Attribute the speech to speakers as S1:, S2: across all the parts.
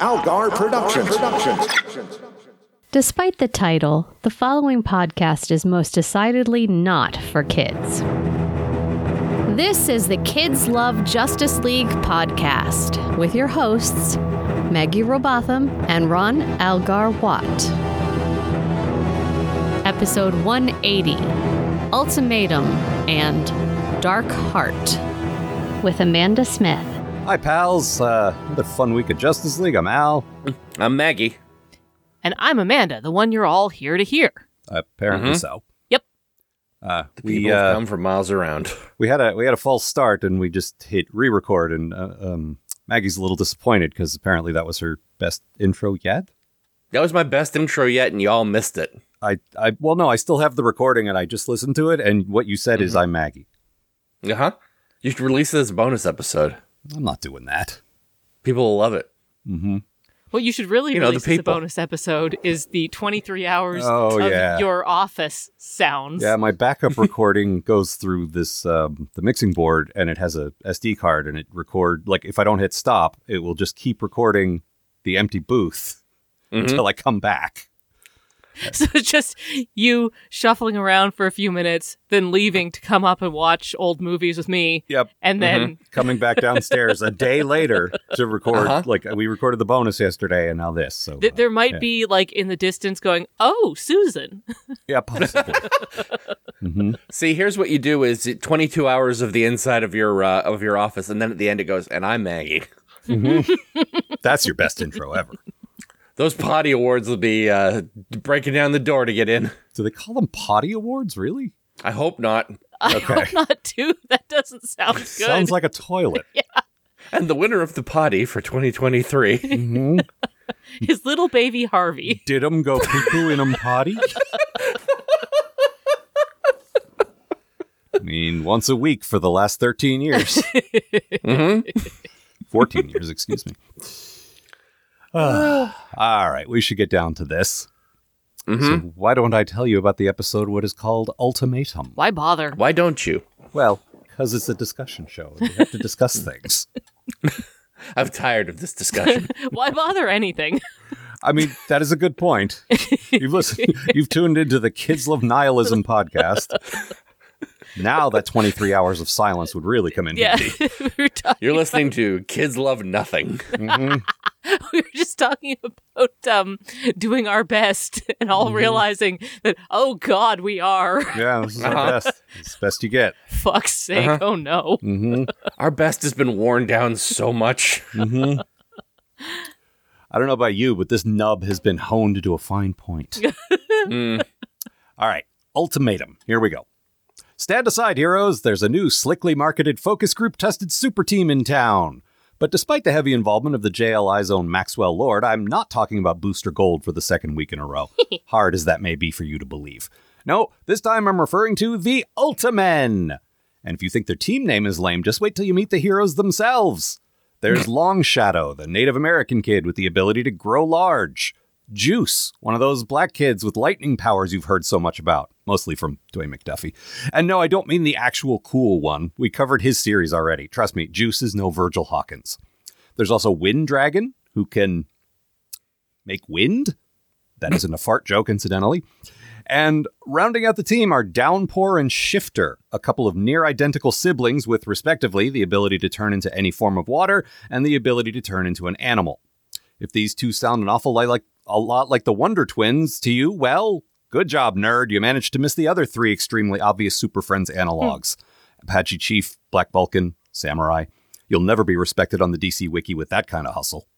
S1: Algar Productions.
S2: Despite the title, the following podcast is most decidedly not for kids. This is the Kids Love Justice League podcast with your hosts, Maggie Robotham and Ron Algar Watt. Episode 180 Ultimatum and Dark Heart with Amanda Smith.
S3: Hi, pals. Uh, another fun week of Justice League. I'm Al.
S4: I'm Maggie.
S5: And I'm Amanda, the one you're all here to hear.
S3: Apparently
S4: Mhm.
S3: so.
S5: Yep.
S3: Uh,
S4: People
S3: we
S4: have
S3: uh,
S4: come from miles around.
S3: we had a we had a false start and we just hit re-record and uh, um, Maggie's a little disappointed because apparently that was her best intro yet.
S4: That was my best intro yet, and y'all missed it.
S3: I I well no I still have the recording and I just listened to it and what you said is
S4: Mm-hmm.
S3: I'm Maggie.
S4: Uh
S3: Uh-huh.
S4: huh. You should release this bonus episode.
S3: I'm not doing that. Mm-hmm.
S4: People will love it.
S5: What you should really
S4: You know, the
S5: release as a
S4: people.
S5: bonus episode is the 23 hours
S3: Oh,
S5: of
S3: yeah.
S5: your office sounds.
S3: Yeah, my backup recording goes through this um, the mixing board and it has a SD card and it record like if I don't hit stop it will just keep recording the empty booth until I come back.
S5: So it's just you shuffling around for a few minutes, then leaving to come up and watch old movies with me,
S3: Yep.
S5: and then
S3: Coming back downstairs a day later to record.
S4: Uh-huh.
S3: Like we recorded the bonus yesterday, and now this. So
S5: th-
S3: uh,
S5: there might
S3: yeah.
S5: be like in the distance going, "Oh, Susan."
S3: uh, yeah, possibly. hmm
S4: See, here's what you do: is it 22 hours of the inside of your uh, of your office, and then at the end it goes, "And I'm Maggie."
S3: That's your best intro ever.
S4: Those potty awards will be uh, breaking down the door to get in.
S3: Do they call them potty awards? Really?
S4: I hope not.
S5: I
S3: Okay.
S5: hope not too. That doesn't sound good.
S3: Sounds like a toilet.
S4: And the winner of the potty for 2023.
S3: Mhm.
S5: his little baby Harvey.
S3: Did 'em go poo poo in 'em potty? I mean, once a week for the last 13 years. Mm-hmm. 14 years, excuse me. Ah, all right, we should get down to this. So, why don't I tell you about the episode what is called Ultimatum?
S5: Why bother?
S4: Why don't you?
S3: Well, because it's a discussion show. We have to discuss things.
S4: I'm tired of this discussion.
S5: Why bother anything?
S3: I mean, that is a good point. You've listened, you've tuned into the Kids Love Nihilism podcast. Now that 23 hours of silence would really come in
S5: Yeah,
S3: handy.
S5: we were talking.
S4: You're listening to Kids Love Nothing.
S5: we were just talking about um, doing our best and
S3: Mm-hmm.
S5: all realizing that oh god we are
S3: Yeah, this is our best. It's the best you get. Mm-hmm.
S5: fuck's
S3: Uh-huh.
S5: sake oh no
S4: Our best has been worn down so much.
S3: I don't know about you, but this nub has been honed to a fine point. All right, ultimatum. Here we go. Stand aside, heroes. There's a new slickly marketed focus group tested super team in town. But despite the heavy involvement of the JLI's own Maxwell Lord, I'm not talking about Booster Gold for the second week in a row. Hard as that may be for you to believe. No, this time I'm referring to the Ultimen. And if you think their team name is lame, just wait till you meet the heroes themselves. There's Long Shadow, the Native American kid with the ability to grow large. Juice, one of those black kids with lightning powers you've heard so much about, mostly from Dwayne McDuffie. And no, I don't mean the actual cool one. We covered his series already. Trust me, Juice is no Virgil Hawkins. There's also Wind Dragon, who can make wind. That isn't a fart joke, incidentally. And rounding out the team are Downpour and Shifter, a couple of near identical siblings with, respectively, the ability to turn into any form of water and the ability to turn into an animal. If these two sound an awful lot like a lot like the Wonder Twins to you, well, good job, nerd. You managed to miss the other three extremely obvious Super Friends analogs: Apache Chief, Black Vulcan, Samurai. You'll never be respected on the DC Wiki with that kind of hustle.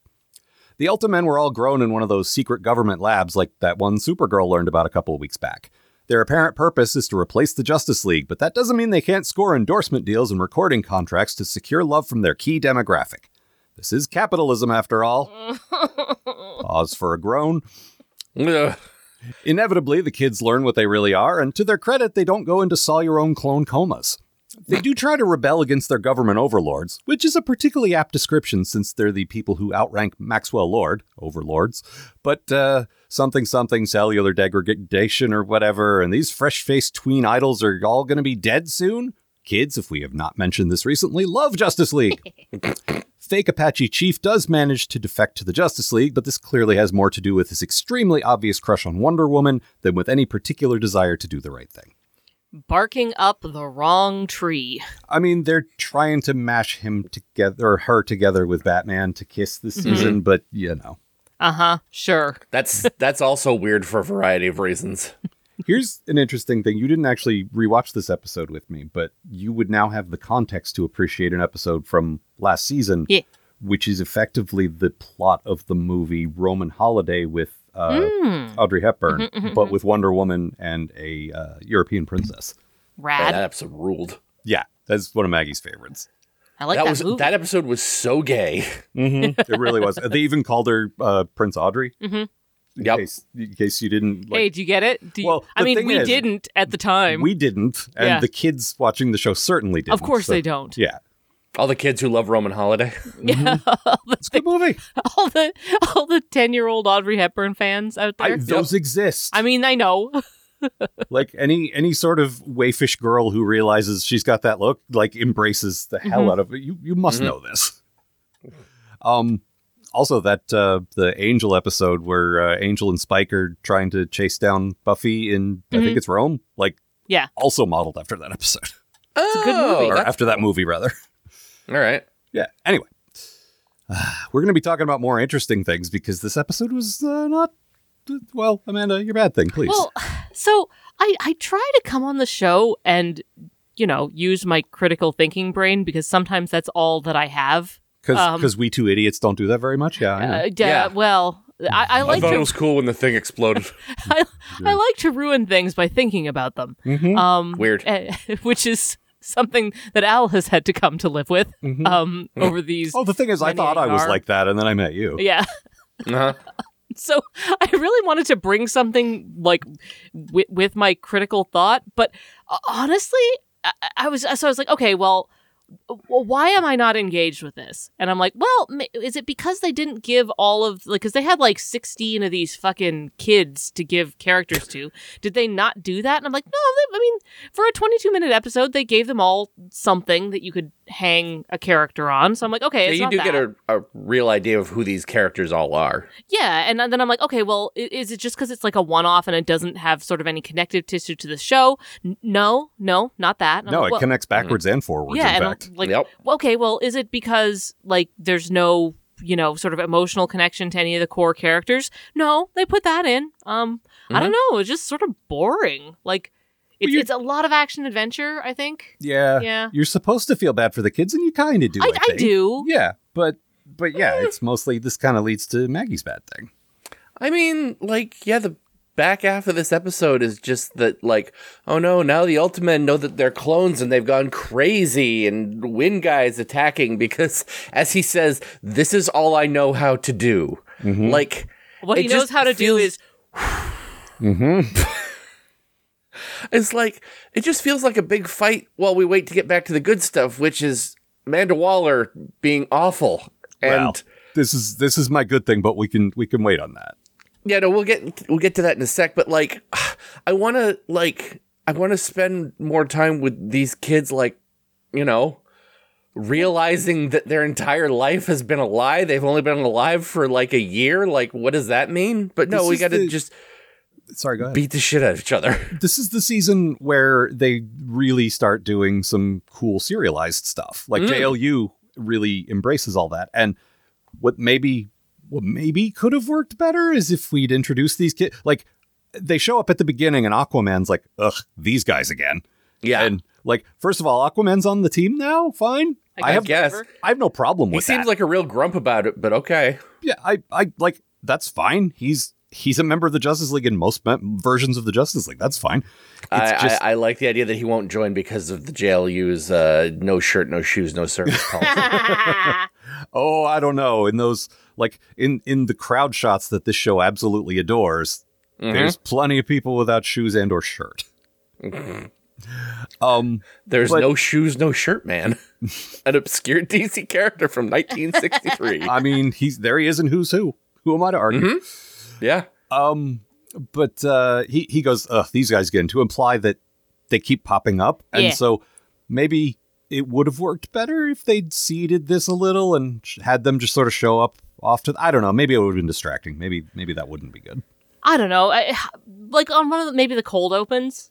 S3: The Ultimen were all grown in one of those secret government labs like that one Supergirl learned about a couple of weeks back. Their apparent purpose is to replace the Justice League, but that doesn't mean they can't score endorsement deals and recording contracts to secure love from their key demographic. This is capitalism, after all. Pause for a groan.
S4: Ugh.
S3: Inevitably, the kids learn what they really are, and to their credit, they don't go into saw your own clone comas. They do try to rebel against their government overlords, which is a particularly apt description since they're the people who outrank Maxwell Lord, overlords, but uh, something something cellular degradation or whatever, and these fresh faced tween idols are all going to be dead soon? Kids, if we have not mentioned this recently, love Justice League. Fake Apache Chief does manage to defect to the Justice League, but this clearly has more to do with his extremely obvious crush on Wonder Woman than with any particular desire to do the right thing.
S5: Barking up the wrong tree.
S3: I mean, they're trying to mash him together or her together with Batman to kiss this season, but you know.
S5: Uh huh. Sure.
S4: That's that's also weird for a variety of reasons.
S3: Here's an interesting thing. You didn't actually rewatch this episode with me, but you would now have the context to appreciate an episode from last season,
S5: Yeah.
S3: which is effectively the plot of the movie Roman Holiday with uh,
S5: Hmm.
S3: Audrey Hepburn,
S5: Mm-hmm,
S3: but with Wonder Woman and a uh, European princess.
S5: Rad.
S4: That episode ruled.
S3: Yeah, that's one of Maggie's favorites.
S5: I like that,
S4: that was
S5: movie.
S4: that episode was so gay.
S3: Mm-hmm. It really was. They even called her uh, Prince Audrey.
S5: Mm-hmm.
S3: In,
S4: Yep.
S3: case, in case you didn't.
S5: hey,
S3: Like,
S5: do you get it? Do you,
S3: Well,
S5: I
S3: the
S5: mean,
S3: thing
S5: we
S3: is-
S5: didn't at the time.
S3: we didn't, and
S5: Yeah.
S3: the kids watching the show certainly didn't.
S5: of course
S3: so-
S5: they don't.
S3: Yeah,
S4: All the kids who love Roman Holiday.
S3: Mm-hmm. it's a good movie.
S5: All the all the ten year old Audrey Hepburn fans out
S3: I,
S5: there.
S3: those exist.
S5: I mean, I know.
S3: like any any sort of waifish girl who realizes she's got that look like embraces the
S5: Mm-hmm.
S3: hell out of it you you must know this um also that uh the angel episode where uh, angel and spike are trying to chase down buffy in i think it's rome like
S5: Mm-hmm. Yeah. Oh,
S3: also modeled after that episode
S4: It's
S5: a good movie.
S3: or after that movie rather
S4: Oh, All right.
S3: yeah anyway we're going to be talking about more interesting things because this episode was uh, not well amanda your bad thing please
S5: Well, so I I try to come on the show and you know use my critical thinking brain because sometimes that's all that I have.
S3: because
S5: um,
S3: we two idiots don't do that very much yeah I know.
S5: Uh, d-
S4: Yeah.
S5: Well, I, I
S4: I
S5: like
S4: thought it
S5: to
S4: was cool when the thing exploded.
S5: I, I like to ruin things by thinking about them.
S3: Mm-hmm.
S5: Um,
S4: Weird.
S5: eh, which is something that Al has had to come to live with um, over these.
S3: Mm-hmm. Oh, the thing is, I
S5: many
S3: thought I was
S5: are.
S3: like that, and then I met you.
S5: Yeah.
S4: Uh-huh.
S5: So I really wanted to bring something like with, with my critical thought, but uh, honestly, I, I was so I was like, okay, well, w- why am I not engaged with this? And I'm like, well, ma- is it because they didn't give all of like because they had like 16 of these fucking kids to give characters to? Did they not do that? And I'm like, no, they, I mean, for a 22 minute episode, they gave them all something that you could hang a character on. So I'm like, okay,
S4: Yeah,
S5: it's
S4: you
S5: not
S4: do
S5: that.
S4: get a, a real idea of who these characters all are.
S5: Yeah, and then I'm like, okay, well, i- is it just because it's like a one-off and it doesn't have sort of any connective tissue to the show? N- no, no, not that. And I'm
S3: No, it
S5: like, well, mm-hmm.
S3: connects backwards and forwards.
S5: Yeah,
S3: in
S5: and
S3: fact,
S5: I'm like,
S4: Yep.
S5: well, okay, well, is it because like there's no you know sort of emotional connection to any of the core characters? No, they put that in. Um, I don't know, it's just sort of boring. Like, it's
S3: Mm-hmm. you-
S5: it's a lot of action adventure. I think.
S3: yeah,
S5: Yeah.
S3: You're supposed to feel bad for the kids, and you kind of do. I,
S5: I, I
S3: think.
S5: do. Eh.
S3: Yeah, but but yeah, it's mostly this kind of leads to Maggie's bad thing.
S4: I mean, like, yeah, the back half of this episode is just that, like, oh no, now the Ultimen know that they're clones and they've gone crazy, and Wind Guy is attacking because, as he says, this is all I know how to do. Like,
S5: What
S4: It
S5: he knows
S4: just
S5: how to do
S4: feels-
S5: is
S4: it's like, it just feels like a big fight while we wait to get back to the good stuff, which is Amanda Waller being awful. And.
S3: Well, this is this is my good thing, but we can we can wait on that.
S4: Yeah, no, we'll get we'll get to that in a sec. But like, I want to like I want to spend more time with these kids. Like, you know, realizing that their entire life has been a lie. They've only been alive for like a year. Like, what does that mean? But no,
S3: This
S4: we
S3: is
S4: got to
S3: the-
S4: just
S3: Sorry, go ahead.
S4: beat the shit out of each other.
S3: this is the season where they really start doing some cool serialized stuff.
S4: Mm.
S3: Like JLU really embraces all that. And what maybe what maybe could have worked better is if we'd introduced these kids. Like they show up at the beginning and Aquaman's like, ugh, these guys again.
S4: Yeah,
S3: And like, first of all, Aquaman's on the team now. Fine.
S5: I
S3: have
S4: guess.
S3: I have no problem
S4: he
S3: with
S4: seems
S3: that.
S4: like a real grump about it. But okay,
S3: yeah, I I like that's fine. He's he's a member of the Justice League in most me- versions of the Justice League. That's fine. It's
S4: I,
S3: just
S4: I, I like the idea that he won't join because of the JLU's uh, no shirt, no shoes, no service policy.
S3: oh i don't know in those like in in the crowd shots that this show absolutely adores there's plenty of people without shoes and or shirt um
S4: There's
S3: But-
S4: no shoes, no shirt, man. An obscure DC character from 1963.
S3: i mean he's there he is in who's who who am i to argue
S4: yeah.
S3: um but uh he he goes Ugh, these guys again to imply that they keep popping up and
S5: Yeah.
S3: so maybe it would have worked better if they'd seeded this a little and sh- had them just sort of show up off to. I don't know. Maybe it would have been distracting. Maybe maybe that wouldn't be good.
S5: I don't know. I, like on one of the, maybe the cold opens,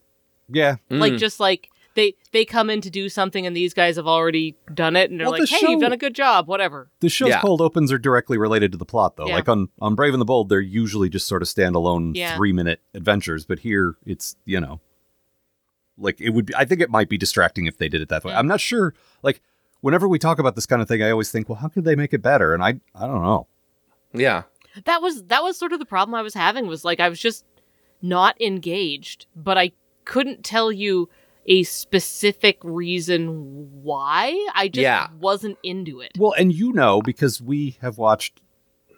S3: Yeah.
S4: Mm.
S5: like just like they they come in to do something and these guys have already done it and they're
S3: Well, the
S5: like, hey,
S3: show-
S5: you've done a good job, whatever.
S3: The show's
S4: Yeah.
S3: cold opens are directly related to the plot, though.
S5: Yeah.
S3: Like on, on Brave and the Bold, they're usually just sort of standalone
S5: Yeah.
S3: three minute adventures, but here it's, you know, like it would be, I think it might be distracting if they did it that way.
S5: Yeah.
S3: I'm not sure. Like, whenever we talk about this kind of thing, I always think, well, how could they make it better? And I, I don't know.
S4: Yeah.
S5: That was that was sort of the problem I was having was like I was just not engaged, but I couldn't tell you a specific reason why. I just
S4: Yeah.
S5: wasn't into it.
S3: Well, and you know, because we have watched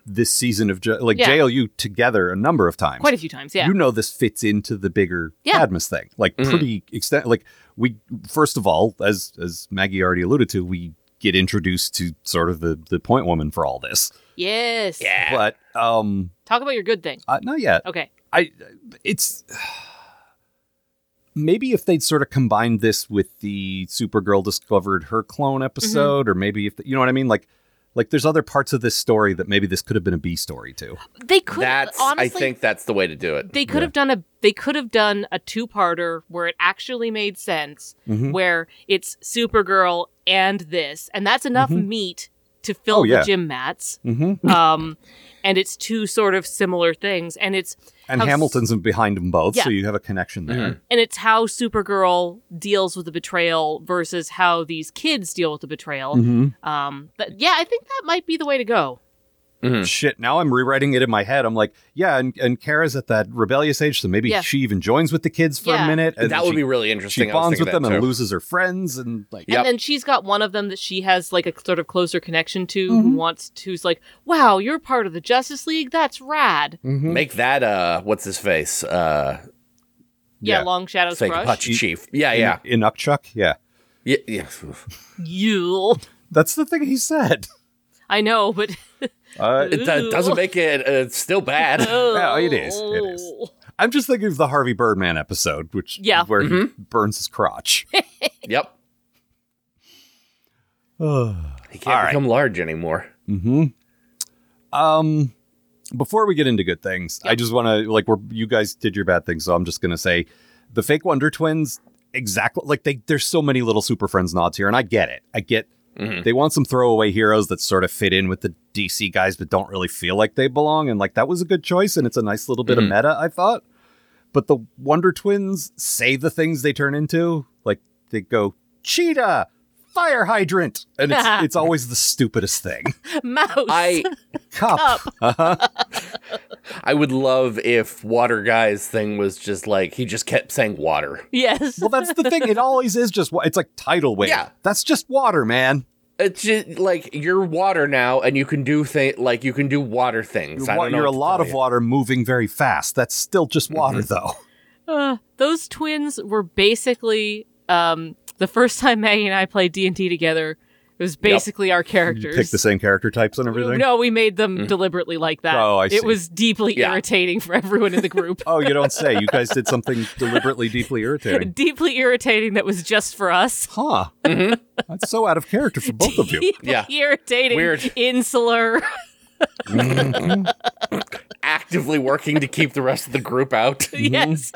S3: this season of, J- like,
S5: Yeah.
S3: JLU together a number of times.
S5: Quite a few times, yeah.
S3: you know this fits into the bigger
S5: Yeah.
S3: Cadmus thing, like
S4: Mhm.
S3: pretty extent. Like we, first of all, as as Maggie already alluded to, we get introduced to sort of the the point woman for all this,
S5: yes.
S4: Yeah.
S3: but um,
S5: Talk about your good thing.
S3: uh, not yet.
S5: Okay.
S3: I it's maybe if they'd sort of combined this with the Supergirl discovered her clone
S5: Mm-hmm.
S3: episode, or maybe if you know what I mean, like. Like there's other parts of this story that maybe this could have been a B story too.
S5: They could
S4: That's
S5: honestly
S4: I think that's the way to do it.
S5: they
S3: Yeah.
S5: could have done a they could have done a two-parter where it actually made sense
S3: Mhm.
S5: where it's supergirl and this and that's enough meat to fill
S3: Mm-hmm. Oh, yeah.
S5: the gym mats
S3: Mm-hmm.
S5: um and it's two sort of similar things and it's
S3: And
S5: How s-
S3: Hamilton's behind them both, so
S5: Yeah.
S3: you have a connection there.
S5: and it's how supergirl deals with the betrayal versus how these kids deal with the betrayal
S3: Mm-hmm.
S5: um but yeah i think that might be the way to go Hmm.
S3: shit now i'm rewriting it in my head i'm like yeah and, and kara's at that rebellious age so maybe
S5: Yeah.
S3: she even joins with the kids for
S5: Yeah.
S3: a minute and
S4: that would
S3: she,
S4: be really
S3: she
S4: interesting. I was
S3: bonds
S4: thinking
S3: with them
S4: that
S3: and
S4: too.
S3: loses her friends and like
S4: Yep.
S5: And then she's got one of them that she has like a sort of closer connection to who
S3: Mm-hmm.
S5: wants who's like, Wow, you're part of the Justice League? That's rad.
S3: Mm,
S4: Make that uh what's his face? Uh
S5: Yeah,
S3: Yeah.
S5: Long Shadow's
S4: fake
S5: crush.
S4: Apache Chief. Yeah, yeah.
S3: in Ukchuk, yeah
S4: Yeah, yeah.
S5: You.
S3: that's the thing he said
S5: I know, but
S3: uh,
S4: It do- doesn't make it uh, it's still bad.
S3: Yeah, it is. It is. i'm just thinking of the harvey birdman episode which
S5: Yeah. mm-hmm.
S3: where he burns his crotch
S4: yep. He can't
S3: All right.
S4: become large anymore.
S3: hmm Um, before we get into good things, I just want to like we're you guys did your bad things, so I'm just gonna say the fake Wonder Twins exactly like they there's so many little Super Friends nods here, and I get it. I get they want some throwaway heroes that sort of fit in with the DC guys, but don't really feel like they belong, and like that was a good choice, and it's a nice little bit
S4: Mhm.
S3: of meta, I thought. But the Wonder Twins say the things they turn into, like they go cheetah. Fire hydrant, and it's it's always the stupidest thing.
S5: Mouse.
S4: I
S3: Cup,
S4: I would love if water guy's thing was just like he just kept saying water.
S5: yes.
S3: Well, that's the thing. It always is just wa- it's like tidal wave.
S4: Yeah.
S3: that's just water, man.
S4: It's just like you're water now, and you can do thing like you can do water things.
S3: You're,
S4: I
S3: wa-
S4: don't know
S3: you're a
S4: what to
S3: lot
S4: tell
S3: of
S4: you. Mm-hmm.
S3: water moving very fast. That's still just water, though.
S5: Uh, those twins were basically um, the first time Maggie and I played D and T together. It was basically our characters.
S3: same character types and Mm-hmm.
S5: No, we made them deliberately like that.
S3: Oh, I see.
S5: It was deeply
S4: Yeah.
S5: irritating for everyone in the group.
S3: Oh, you don't say. You guys did something deliberately deeply irritating.
S5: deeply irritating that was just for us.
S3: Huh. That's so out of character for both of you.
S5: Deeply
S4: Yeah.
S5: irritating,
S4: Weird.
S5: insular.
S4: actively working to keep the rest of the group out.
S5: yes.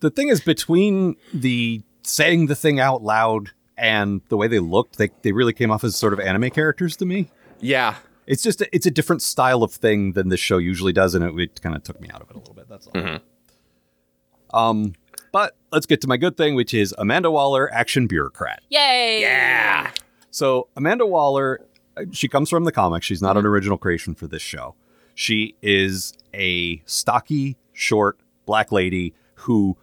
S3: The thing is, between the saying the thing out loud and the way they looked, they, they really came off as sort of anime characters to me.
S4: Yeah,
S3: It's just a, it's a different style of thing than this show usually does, and it, it kind of took me out of it a little bit. That's all. Um, but let's get to my good thing, which is Amanda Waller, action bureaucrat.
S5: Yay.
S4: yeah.
S3: So Amanda Waller, uh, she comes from the comics. She's not an original creation for this show. She is a stocky, short black lady who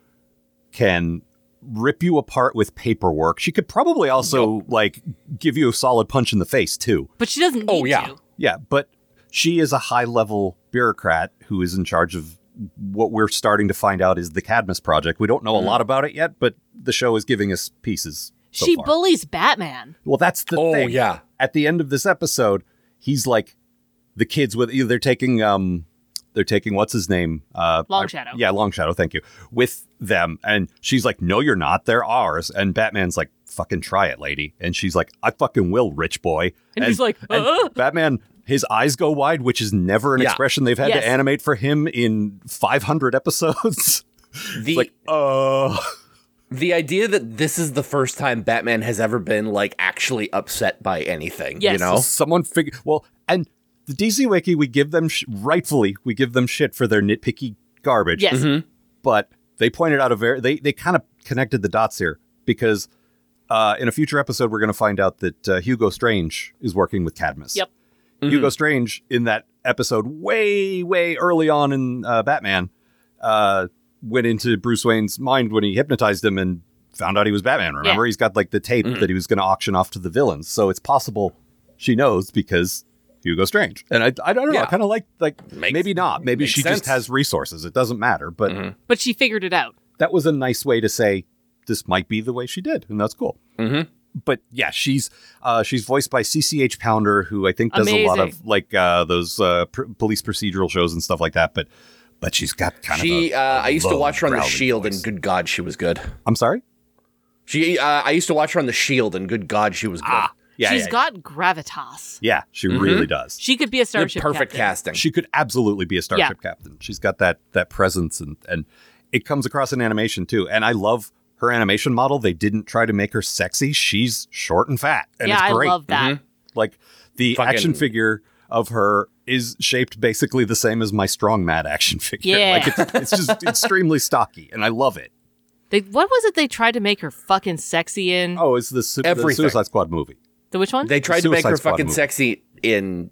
S3: can rip you apart with paperwork. She could probably also like give you a solid punch in the face too.
S5: But she doesn't need
S4: Oh, yeah.
S5: to.
S3: Yeah, but she is a high level bureaucrat who is in charge of what we're starting to find out is the Cadmus project. We don't know
S4: Mm-hmm.
S3: a lot about it yet, but the show is giving us pieces. So
S5: she
S3: far.
S5: bullies Batman.
S3: well, that's the
S4: Oh
S3: thing.
S4: yeah.
S3: At the end of this episode, he's like the kids with they're taking um they're taking what's his name? Uh,
S5: Long
S3: I-
S5: Shadow.
S3: yeah, Long Shadow. Thank you. With them, and she's like, "No, you're not. They're ours." And Batman's like, "Fucking try it, lady." And she's like, "I fucking will, rich boy."
S5: And he's like, "Uh?"
S3: Batman. His eyes go wide, which is never an
S4: Yeah.
S3: expression they've had
S5: Yes.
S3: to animate for him in 500 episodes.
S4: The
S3: like, uh,
S4: the idea that this is the first time Batman has ever been like actually upset by anything. You
S5: Yes.
S4: know.
S3: someone figure. Well, and the DC Wiki, we give them sh- rightfully, we give them shit for their nitpicky garbage.
S5: Yes.
S4: mm-hmm.
S3: but they pointed out a very they they kind of connected the dots here because uh, in a future episode we're going to find out that uh, Hugo Strange is working with Cadmus.
S5: Yep.
S3: Hugo
S4: Mm-hmm.
S3: Strange in that episode way way early on in uh, Batman uh, went into Bruce Wayne's mind when he hypnotized him and found out he was Batman. Remember, he's got like the tape
S4: Mm-hmm.
S3: that he was going to auction off to the villains, so it's possible she knows because. Hugo Strange, and I, I don't know. I
S4: Yeah.
S3: kind of like like
S4: Makes-
S3: maybe not. Maybe
S4: makes
S3: she
S4: sense. Mm-hmm.
S3: just has resources. It doesn't matter, but
S5: But she figured it out.
S3: that was a nice way to say this might be the way she did, and that's cool. Mm-hmm. But yeah, she's uh, she's voiced by CCH Pounder, who I think does a lot
S5: Amazing.
S3: of like uh, those uh, pr- police procedural shows and stuff like that. But but she's got kind of. a-
S4: She, uh, I used to
S3: low
S4: watch her on The
S3: growly
S4: Shield,
S3: voice.
S4: and good God, she was good.
S3: I'm sorry.
S4: She, uh, I used to watch her on The Shield, and good God, she was good.
S3: Ah, yeah,
S5: She's
S3: yeah,
S5: got gravitas.
S3: yeah. Mm-hmm. She really does.
S5: She could be a
S4: The
S5: starship.
S4: perfect
S5: captain.
S4: casting.
S3: She could absolutely be a starship captain. She's got that that presence, and and it comes across in animation too. And I love her animation model. They didn't try to make her sexy. She's short and fat, and
S5: yeah,
S3: it's great.
S5: I love that.
S4: Mm-hmm.
S3: Like the
S4: Fucking-
S3: action figure of her is shaped basically the same as my strong mad action figure.
S5: Yeah.
S3: Like it's, it's just extremely stocky and I love it.
S5: They, what was it they tried to make her fucking sexy in?
S3: Oh, it's the, su- the
S4: Everything.
S3: Suicide Squad movie.
S5: The which one?
S4: They tried to make
S3: Suicide
S4: her
S3: Squad
S4: fucking
S3: movie.
S4: sexy in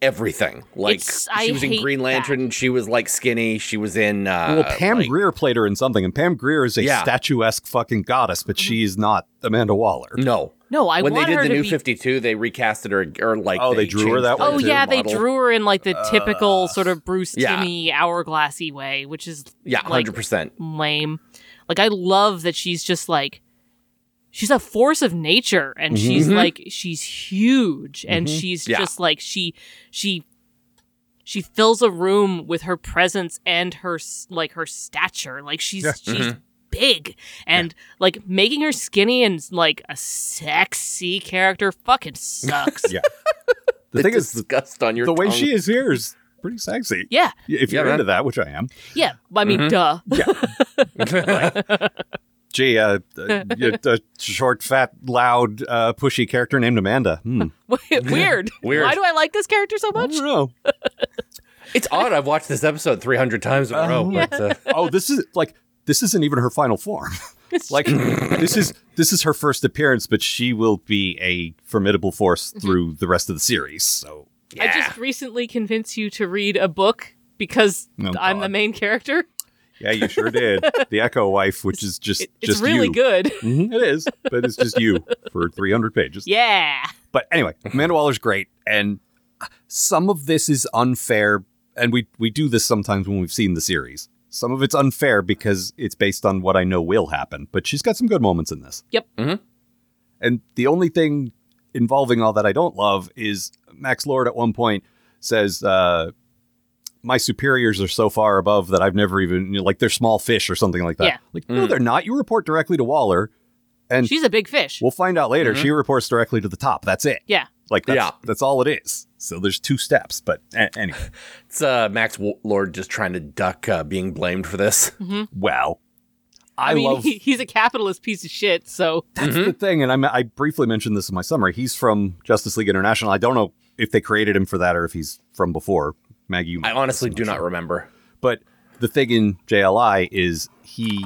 S4: everything. Like
S5: It's- I
S4: she was in
S5: hate
S4: Green
S5: that.
S4: Lantern. She was like skinny. She was in. Uh,
S3: well, Pam
S4: like-
S3: Greer played her in something and Pam Greer is a
S4: Yeah.
S3: statuesque fucking goddess, but she's not Amanda Waller.
S4: No,
S5: no, I
S4: when they
S5: want
S4: did
S5: her
S4: the
S5: to
S4: New
S5: be.
S4: Fifty Two, they recasted her, or like
S3: Oh, they drew her
S4: changed
S3: that
S4: the
S3: way,
S5: oh
S3: too.
S5: yeah, they
S4: model. Uh,
S5: drew her in like the typical sort of Bruce
S4: yeah.
S5: Timmy hourglassy way, which is
S4: Yeah,
S5: like,
S4: hundred percent.
S5: lame. Like I love that she's just like she's a force of nature and she's like she's huge and she's
S4: Mm-hmm. Yeah.
S5: just like she she she fills a room with her presence and her s- like her stature. Like she's
S3: Yeah.
S5: she's
S4: Mm-hmm.
S5: big and like making her skinny and like a sexy character fucking sucks.
S3: Yeah. The thing is the,
S4: disgust on your
S3: the way
S4: tongue.
S3: she is here is pretty sexy.
S5: yeah.
S3: If you're
S4: Yeah, man.
S3: into that, which I am.
S5: Yeah. I
S4: Mm-hmm.
S5: mean, duh.
S3: Gee, uh, uh, y- uh, short, fat, loud, uh, pushy character named Amanda. Hmm.
S5: Weird.
S4: Weird.
S5: Why do I like this character so
S3: I
S5: much?
S3: don't know.
S4: It's odd. I've watched this episode three hundred times in a row, but uh,
S3: oh, this is like this isn't even her final form. like this is this is her first appearance, but she will be a formidable
S5: Mm-hmm.
S3: force through the rest of the series. So
S4: yeah.
S5: I just recently convinced you to read a book because
S3: Oh,
S5: I'm
S3: God.
S5: the main character.
S3: yeah, you sure did. the Echo Wife, which is just
S5: It- it's
S3: just
S5: really
S3: you.
S5: good.
S3: Mhm, it is, but it's just you for 300 pages.
S5: Yeah.
S3: But anyway, Amanda Waller's great, and some of this is unfair, and we we do this sometimes when we've seen the series. Some of it's unfair because it's based on what I know will happen, but she's got some good moments in this.
S5: Yep.
S4: Mhm.
S3: And the only thing involving all that I don't love is Max Lord at one point says, uh, "My superiors are so far above that I've never even you know, like they're small fish or something like that."
S5: Yeah.
S3: Like no, they're not. You report directly to Waller, and
S5: She's a big fish.
S3: We'll find out later. She reports directly to the top. That's it.
S5: yeah.
S3: Like that's,
S4: Yeah.
S3: that's all it is. So there's two steps, but a- anyway.
S4: it's uh, Max W- Lord just trying to duck uh, being blamed for this.
S3: well, I,
S5: I, mean,
S3: love
S5: he, he's a capitalist piece of shit, so
S3: that's the thing, and I I briefly mentioned this in my summary. He's from Justice League International. I don't know if they created him for that or if he's from before. Maggie, you might
S4: I
S3: know
S4: honestly
S3: this, I'm
S4: do not remember.
S3: But the thing in JLI is he,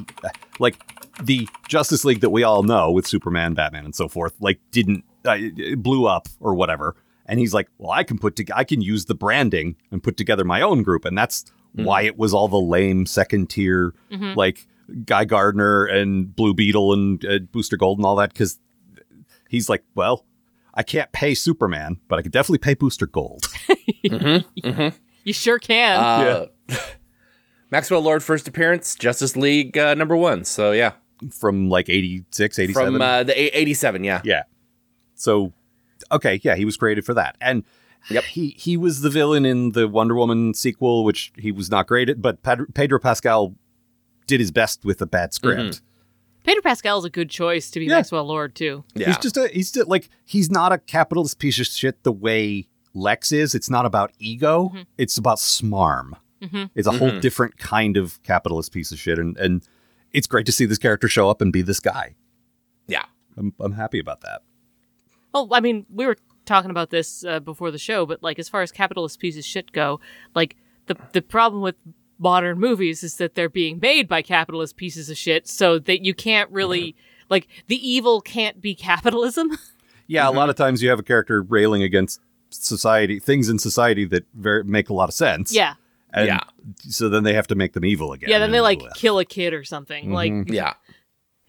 S3: like the Justice League that we all know with Superman, Batman, and so forth, like didn't uh, it- it blew up or whatever. And he's like, well, I can put to- I can use the branding and put together my own group, and that's why it was all the lame second tier like Guy Gardner and Blue Beetle and uh, Booster Gold and all that because he's like, well, I can't pay Superman, but I could definitely pay Booster Gold.
S5: you sure can.
S4: Uh, Maxwell Lord first appearance, Justice League uh, number one. So yeah, uh,
S3: from like 86, 87.
S4: from uh, the eighty seven. Yeah.
S3: yeah. So, okay, yeah, he was created for that. And
S4: Yep.
S3: He he was the villain in the Wonder Woman sequel, which he was not great at, but Pedro, Pedro Pascal did his best with a bad script.
S4: Mm-hmm.
S5: Pedro Pascal's a good choice to be
S3: Yeah.
S5: Maxwell Lord too.
S4: Yeah.
S3: He's just a he's just, like he's not a capitalist piece of shit the way Lex is. It's not about ego. It's about smarm.
S5: Mhm.
S3: It's a
S4: Mm-hmm.
S3: whole different kind of capitalist piece of shit, and and it's great to see this character show up and be this guy.
S4: yeah.
S3: I'm I'm happy about that.
S5: Well, I mean, we were talking about this uh, before the show, but like as far as capitalist pieces of shit go, like the the problem with modern movies is that they're being made by capitalist pieces of shit, so that you can't really like the evil can't be capitalism.
S3: Yeah, a lot of times you have a character railing against society, things in society that very, make a lot of sense.
S5: yeah,
S3: And
S4: Yeah.
S3: So then they have to make them evil again.
S5: yeah. Then they
S3: and
S5: like
S3: blah.
S5: kill a kid or something. Like
S4: Yeah.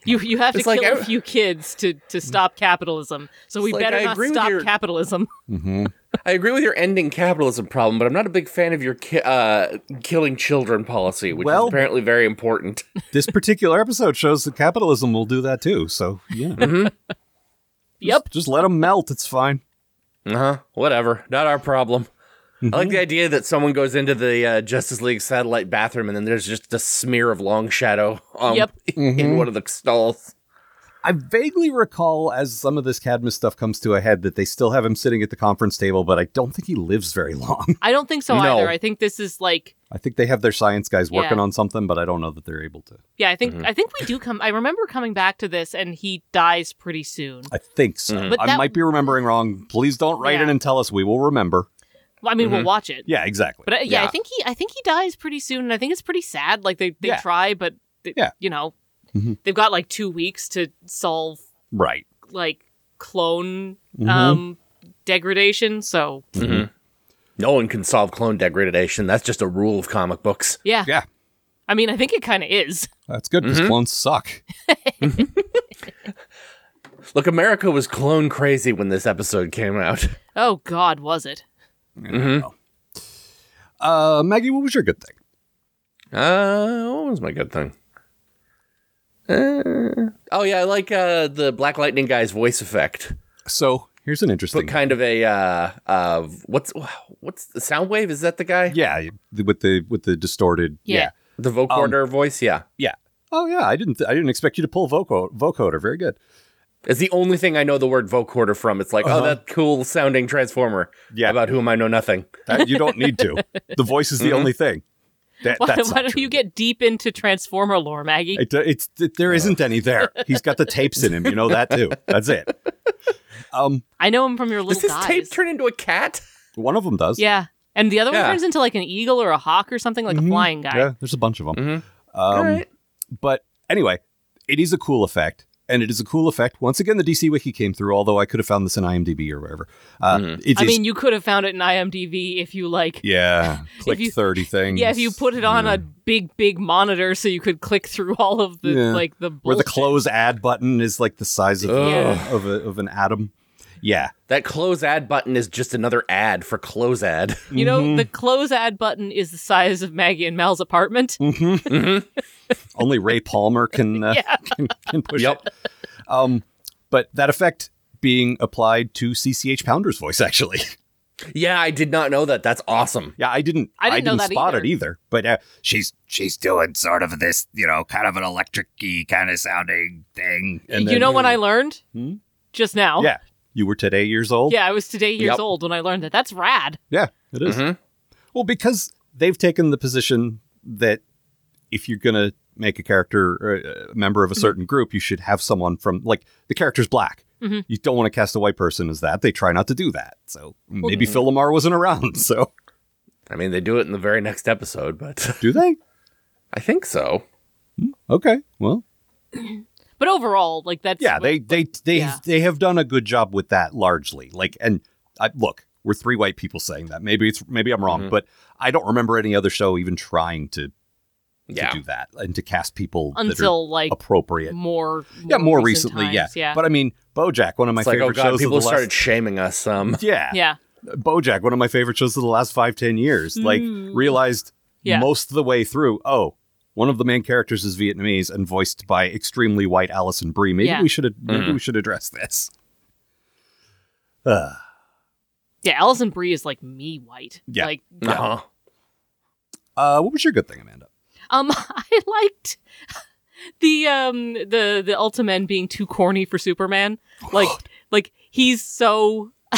S5: you you have to
S4: Mm-hmm. It's
S5: kill
S4: like
S5: a
S4: I- Mm.
S5: few kids to to stop capitalism. So we
S4: like
S5: better
S4: I
S5: not
S4: agree with
S5: stop
S4: your-
S5: capitalism.
S3: Mm-hmm.
S4: I agree with your ending capitalism problem, but I'm not a big fan of your ki- uh, killing children policy, which
S3: Well-
S4: is apparently very important.
S3: this particular episode shows that capitalism will do that too. So yeah,
S5: Mm-hmm. Yep.
S3: just let them melt. It's fine.
S4: Uh huh. Whatever. Not our problem. I like the idea that someone goes into the uh, Justice League satellite bathroom and then there's just a smear of Long Shadow um,
S5: Yep.
S4: in one of the stalls.
S3: I vaguely recall as some of this Cadmus stuff comes to a head that they still have him sitting at the conference table, but I don't think he lives very long.
S5: I don't think so
S4: No.
S5: either. I think this is like
S3: I think they have their science guys
S5: Yeah.
S3: working on something, but I don't know that they're able to.
S5: Yeah, I think I think we do come. I remember coming back to this, and he dies pretty soon.
S3: I think so.
S4: Mm-hmm.
S5: But
S3: I
S5: that-
S3: might be remembering wrong. Please don't write
S5: Yeah.
S3: in and tell us. We will remember.
S5: Well, I mean, we'll watch it.
S3: Yeah, exactly.
S5: But uh, Mm-hmm. yeah, I
S4: Yeah.
S5: think he I think he dies pretty soon, and I think it's pretty sad. Like they they
S3: Yeah.
S5: try, but they-
S3: Yeah.
S5: you know,
S4: Mm-hmm.
S3: Mhm.
S5: they've got like two weeks to solve
S3: right.
S5: like clone
S4: Mm-hmm.
S5: um degradation. So
S4: No one can solve clone degradation. That's just a rule of comic books.
S5: yeah,
S3: Yeah,
S5: I mean, I think it kind of is.
S3: that's good
S4: Mm-hmm.
S3: because clones suck.
S4: Look, America was clone crazy when this episode came out.
S5: Oh God, was it?
S3: Uh, Maggie, what was your good thing?
S4: Uh, what was my good thing? Uh, oh yeah, I like uh, the Black Lightning guy's voice effect,
S3: So here's an interesting.
S4: but kind of a uh, uh, what's what's the sound wave? Is that the guy?
S3: yeah, the- with the with the distorted.
S5: Yeah.
S4: The vocoder voice. Yeah,
S3: yeah. Oh yeah, I didn't th- I didn't expect you to pull voco- vocoder. Very good.
S4: it's the only thing I know the word vocoder from. It's like, oh, that cool sounding transformer.
S3: Yeah.
S4: about whom I know nothing.
S3: That- you don't need to. The voice is the
S4: Mm-hmm.
S3: only thing. That,
S5: Why,
S3: that's
S5: why
S3: not
S5: don't
S3: true.
S5: you get deep into Transformer lore, Maggie?
S3: It, uh, it's it, there isn't any there. He's got the tapes in him. You know that too. That's it. Um,
S5: I know him from your
S4: Does
S5: little
S4: this
S5: guys.
S4: tape turn into a cat?
S3: one of them does.
S5: yeah, and the other
S4: Yeah.
S5: one turns into like an eagle or a hawk or something, like a flying guy.
S3: Mm-hmm. Yeah, there's a bunch of them.
S4: All
S3: Um,
S4: right.
S3: But anyway, it is a cool effect, and it is a cool effect. Once again, the DC Wiki came through, although I could have found this in IMDb or wherever. Uh, it
S5: I
S3: is-
S5: mean, you could have found it in IMDb if you like. Yeah,
S3: yeah, click
S5: you-
S3: thirty things.
S5: if you put it on a big, big monitor so you could click through all of the
S3: Yeah.
S5: like the bullshit.
S3: where the close ad button is like the size of uh,
S5: Yeah.
S3: of, a, of an atom. Yeah,
S4: That close ad button is just another ad for close ad.
S5: You know,
S3: Mm-hmm.
S5: the close ad button is the size of Maggie and Mal's apartment.
S3: Mm-hmm. only Ray Palmer can uh, can, can push
S4: Yep.
S3: it. Um, but that effect being applied to CCH Pounder's voice actually.
S4: Yeah, I did not know that. That's awesome.
S3: Yeah, I didn't.
S5: I
S3: I
S5: didn't
S3: didn't,
S5: know that
S3: spot
S5: either.
S3: it either. But uh, she's
S1: she's doing sort of this, you know, kind of an electric-y kind of sounding thing.
S3: and
S5: you
S3: then-
S5: know when I learned? Just now.
S3: Hmm? yeah, you were today years old.
S5: Yeah, I was today years
S4: Yep.
S5: old when I learned that. That's rad.
S3: Yeah, it is. Well, because they've taken the position that if you're going to make a character or a member
S5: Mm-hmm.
S3: of a certain group, you should have someone from, like, the character's black.
S5: Mm-hmm.
S3: You don't want to cast a white person as that. They try not to do that. So maybe Phil Lamar wasn't around. So
S4: I mean, they do it in the very next episode, but
S3: do they?
S4: I think so.
S3: Okay. Well,
S5: But overall, like that's
S3: yeah, they they they
S5: yeah.
S3: they have done a good job with that largely. Like, and I, look, we're three white people saying that. Maybe it's maybe I'm
S4: Mm-hmm.
S3: wrong, but I don't remember any other show even trying to, to
S4: Yeah.
S3: do that and to cast people that are
S5: until like
S3: appropriate.
S5: more,
S3: yeah, more
S5: recent
S3: recently, yeah.
S5: times, yeah.
S3: But I mean, BoJack, one of my
S4: It's like,
S3: favorite
S4: oh god,
S3: shows
S4: people
S3: of the last
S4: started shaming us. Um,
S3: yeah,
S5: yeah.
S3: BoJack, one of my favorite shows of the last five ten years. Like realized
S5: Hmm. Yeah.
S3: most of the way through. Oh, one of the main characters is Vietnamese and voiced by extremely white Alison Brie. Maybe
S5: Yeah.
S3: we should maybe we should address this. Uh,
S5: Yeah, Allison Brie is like me white.
S3: Yeah.
S5: Like
S4: Uh-huh.
S3: Uh, what was your good thing, Amanda?
S5: um I liked the um the the Ultimen being too corny for Superman.
S3: Oh,
S5: Like like he's so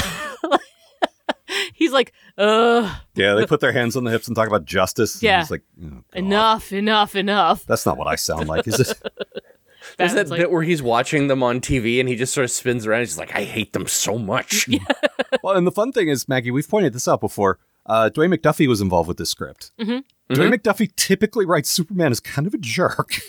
S5: He's like, uh,
S3: Yeah, they put their hands on the hips and talk about justice. and
S5: Yeah.
S3: it's like oh, God.
S5: enough, enough, enough.
S3: That's not what I sound like, is it?
S4: There's that
S5: Batman's like,
S4: bit where he's watching them on TV and he just sort of spins around. He's like, I hate them so much.
S3: well, and the fun thing is, Maggie, we've pointed this out before. Uh, Dwayne McDuffie was involved with this script.
S5: Mhm.
S3: Dwayne McDuffie typically writes Superman as kind of a jerk.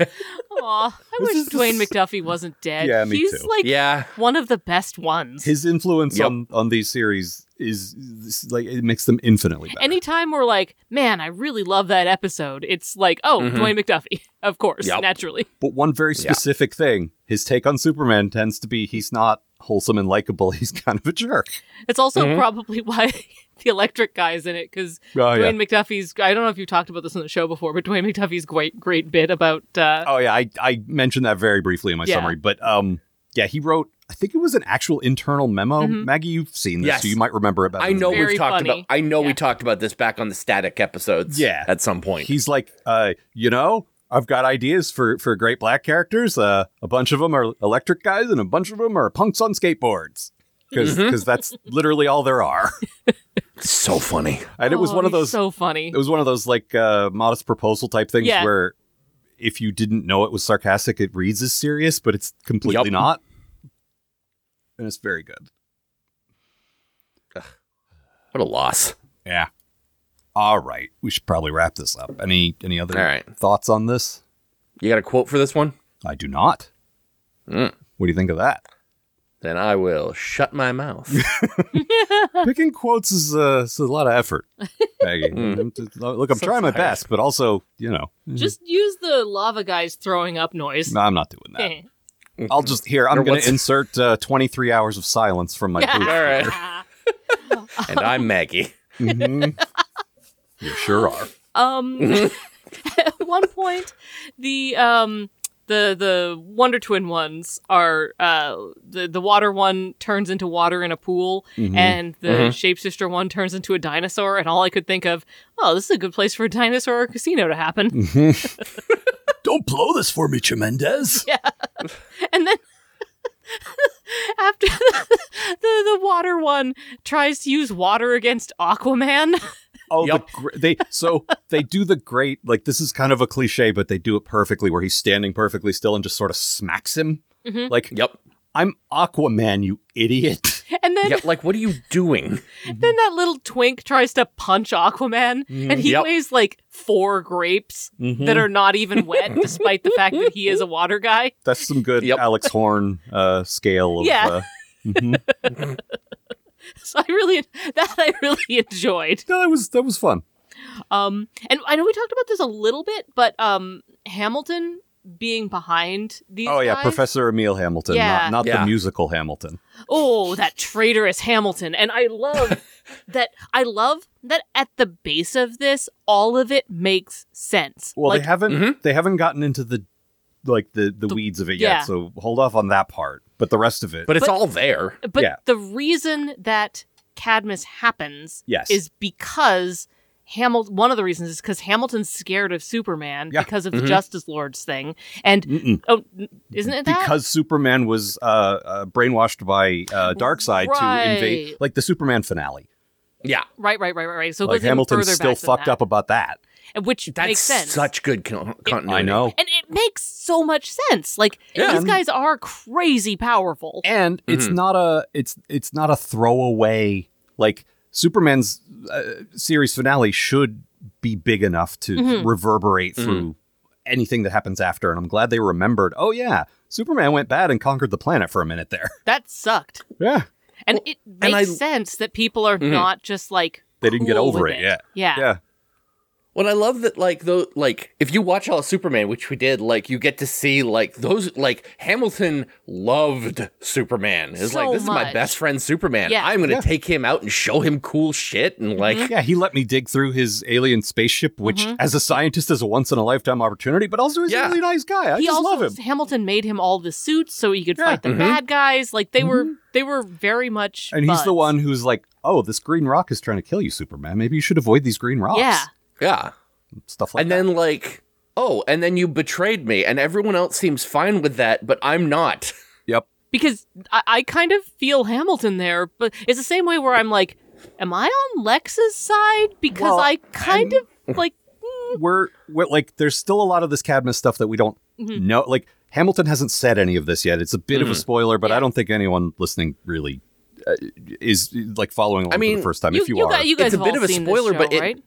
S5: Aw, I
S3: This
S5: wish
S3: is-
S5: Dwayne McDuffie wasn't dead.
S3: Yeah, me
S5: He's
S3: too.
S5: like
S4: yeah.
S5: one of the best ones.
S3: His influence
S4: Yep.
S3: on on these series is, is like it makes them infinitely better.
S5: Anytime we're like, man, I really love that episode, it's like, oh,
S4: Mhm.
S5: Dwayne McDuffie, of course,
S4: Yep.
S5: naturally.
S3: but one very
S4: Yeah.
S3: specific thing, his take on Superman tends to be he's not wholesome and likable. He's kind of a jerk.
S5: It's also
S4: Mhm.
S5: probably why the electric guy's in it because
S3: Mm-hmm. Oh yeah.
S5: Dwayne McDuffie's. I don't know if you talked about this on the show before, but Dwayne McDuffie's great, great bit about. Uh,
S3: Oh yeah, I, I mentioned that very briefly in my
S5: Yeah.
S3: summary, but um, yeah, he wrote. I think it was an actual internal memo.
S5: Mhm.
S3: Maggie, you've seen this,
S4: Mm-hmm. Yes.
S3: so you might remember it. better
S4: I
S3: than
S4: know
S3: me.
S5: Very
S4: we've talked
S5: funny.
S4: about. I know
S5: Yeah.
S4: we talked about this back on the static episodes.
S3: Yeah.
S4: at some point.
S3: He's like, uh, you know, I've got ideas for for great black characters. Uh, a bunch of them are electric guys, and a bunch of them are punks on skateboards. Because
S4: Mhm.
S3: that's literally all there are.
S4: so funny.
S3: And it was
S5: oh,
S3: one of
S5: he's
S3: those.
S5: so funny.
S3: it was one of those like uh, modest proposal type things
S5: Yeah.
S3: where if you didn't know it was sarcastic, it reads as serious, but it's completely
S4: Yup.
S3: not. And it's very good.
S4: What a loss.
S3: Yeah. All right. We should probably wrap this up. Any any other
S4: All right.
S3: thoughts on this?
S4: You got a quote for this one?
S3: I do not.
S4: Mm.
S3: What do you think of that?
S4: Then I will shut my mouth.
S3: Picking quotes is, uh, is a lot of effort. Maggie.
S4: Mm.
S3: I'm just- Look, I'm
S4: So
S3: trying my
S4: tired.
S3: best, but also, you know,
S5: Just use the lava guy's throwing up noise.
S3: no, I'm not doing that.
S5: Eh.
S3: I'll just here. I'm
S4: Or
S3: going
S4: what's-
S3: to insert uh, 23 hours of silence from my booth.
S4: All right.
S5: Ah.
S4: and I'm Maggie.
S3: Mhm.
S4: Mm-hmm.
S3: You sure are.
S5: Um, at one point, the um, the the Wonder Twin ones are uh, the the water one turns into water in a pool, and the
S4: Mhm.
S5: shapeshifter one turns into a dinosaur. And all I could think of, oh, this is a good place for a dinosaur casino to happen.
S3: Don't blow this for me, Tremendez.
S5: and then. After the, the the water one tries to use water against Aquaman,
S3: Oh, the
S4: Yup.
S3: gr- they so they do the great like this is kind of a cliche, but they do it perfectly where he's standing perfectly still and just sort of smacks him.
S5: Mhm.
S3: Like
S4: Yep.
S3: I'm Aquaman, you idiot.
S5: and then
S4: Yep. Like, what are you doing?
S5: then that little twink tries to punch Aquaman,
S3: Mm,
S5: and he
S4: Yep.
S5: weighs like four grapes.
S3: Mm-hmm.
S5: that are not even wet, despite the fact that he is a water guy.
S3: That's some good
S4: Yep.
S3: Alex Horn uh, scale of.
S5: Yeah.
S3: Uh, mhm.
S5: So I really that I really enjoyed.
S3: No, that was that was fun.
S5: Um, and I know we talked about this a little bit, but um, Hamilton being behind these.
S3: oh yeah,
S5: guys-
S3: Professor Emil Hamilton,
S5: Yeah.
S3: not, not
S4: Yeah.
S3: the musical Hamilton.
S5: Oh, that traitorous Hamilton, and I love that. I love that at the base of this, all of it makes sense.
S3: Well,
S5: like,
S3: they haven't
S4: Mhm.
S3: they haven't gotten into the like the the,
S5: The-
S3: weeds of it
S5: yeah.
S3: yet, so hold off on that part. But the rest of it,
S4: But it's
S5: But-
S4: all there.
S5: but
S3: yeah.
S5: the reason that Cadmus happens
S3: yes,
S5: is because Hamilton. One of the reasons is because Hamilton's scared of Superman
S3: Yeah. Mm-hmm.
S5: because of the
S4: Mhm.
S5: Justice Lords thing, and
S3: Mm-mm.
S5: oh, n- isn't it that?
S3: because Superman was uh, uh, brainwashed by uh, Darkseid
S5: Right.
S3: to invade, like the Superman finale.
S4: Yeah.
S5: right, right, right, right, right. So it
S3: like
S5: goes even
S3: Hamilton's
S5: further
S3: still
S5: back than
S3: fucked
S5: that,
S3: up about that.
S5: and which
S4: That's
S5: makes sense.
S4: such good con- continuity.
S3: I know,
S5: and it makes so much sense. Like
S4: Yeah.
S5: these guys are crazy powerful.
S3: and it's
S4: Mm-hmm.
S3: not a it's it's not a throwaway. Like Superman's uh, series finale should be big enough to
S5: Mhm.
S3: reverberate
S4: Mm-hmm.
S3: through anything that happens after. And I'm glad they remembered. Oh yeah, Superman went bad and conquered the planet for a minute there.
S5: That sucked,
S3: yeah,
S5: and it makes
S4: I-
S5: sense that people are
S4: Mhm.
S5: not just like
S3: Mm-hmm. they didn't get
S5: cool
S3: over
S5: with
S3: it. Yeah,
S5: Yeah.
S3: yeah.
S4: Well, I love that, like, though, like, if you watch all of Superman, which we did, like, you get to see, like, those, like, Hamilton loved Superman. It's
S5: So
S4: like, this is my
S5: much.
S4: best friend, Superman.
S5: Yeah. Mm-hmm.
S4: I'm going to
S3: Yeah.
S4: take him out and show him cool shit. And, like,
S3: Yeah, he let me dig through his alien spaceship, which, as a scientist, is a once in a lifetime opportunity, but also he's
S4: Yeah.
S3: a really nice guy. I
S5: he
S3: just
S5: also
S3: love him.
S5: Hamilton made him all the suits so he could
S3: Yeah. Mm-hmm.
S5: fight the
S4: Mhm.
S5: bad guys. Like they were they were very much
S3: And he's the
S5: buds.
S3: one who's like, oh, this green rock is trying to kill you, Superman. Maybe you should avoid these green rocks.
S5: Yeah.
S4: yeah.
S3: Stuff like
S4: And
S3: that.
S4: then, like, oh, and then you betrayed me, and everyone else seems fine with that, but I'm not.
S3: yep.
S5: Because I, I kind of feel Hamilton there, but it's the same way where I'm like, Am I on Lex's side? Because
S3: Well,
S5: I kind of like
S3: We're, we're like, there's still a lot of this Cadmus stuff that we don't
S5: Mm-hmm.
S3: know. Like, Hamilton hasn't said any of this yet. It's a bit
S4: Mm-hmm.
S3: of a spoiler, but I don't think anyone listening really uh, is like following along
S4: I mean,
S3: for the first time.
S5: you,
S3: if you,
S5: you
S3: are,
S5: guys, you guys
S4: It's a
S5: have
S4: bit of
S5: all
S4: a
S5: seen this
S4: spoiler,
S5: show,
S4: but it-
S5: right?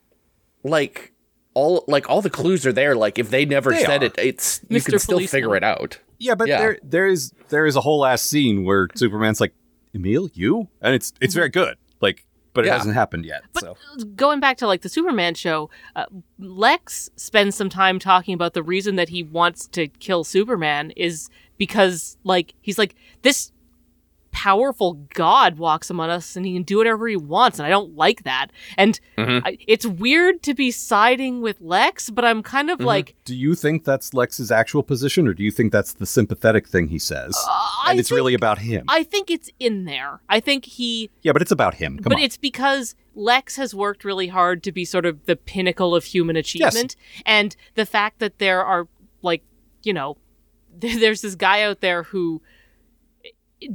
S4: Like, all, like, all the clues are there. Like, if they never
S3: They
S4: said
S3: are.
S4: it, it's, you
S5: Mr.
S4: can still
S5: Policeman.
S4: figure it out.
S3: Yeah, but
S4: Yeah.
S3: there there is there is a whole ass scene where Superman's like, Emil, you? And it's
S5: Mm-hmm.
S3: it's very good. Like but
S4: Yeah.
S3: it hasn't happened yet. so
S5: going back to like the Superman show, uh, Lex spends some time talking about the reason that he wants to kill Superman is because like he's like this powerful god walks among us and he can do whatever he wants and I don't like that. And
S4: Mhm.
S5: I, it's weird to be siding with Lex, but I'm kind of like
S3: do you think that's Lex's actual position or do you think that's the sympathetic thing he says?
S5: Uh, I
S3: and it's
S5: think-
S3: really about him.
S5: I think it's in there. I think he
S3: yeah, but it's about him. Come
S5: but
S3: on.
S5: it's because Lex has worked really hard to be sort of the pinnacle of human achievement, and the fact that there are like you know, there- there's this guy out there who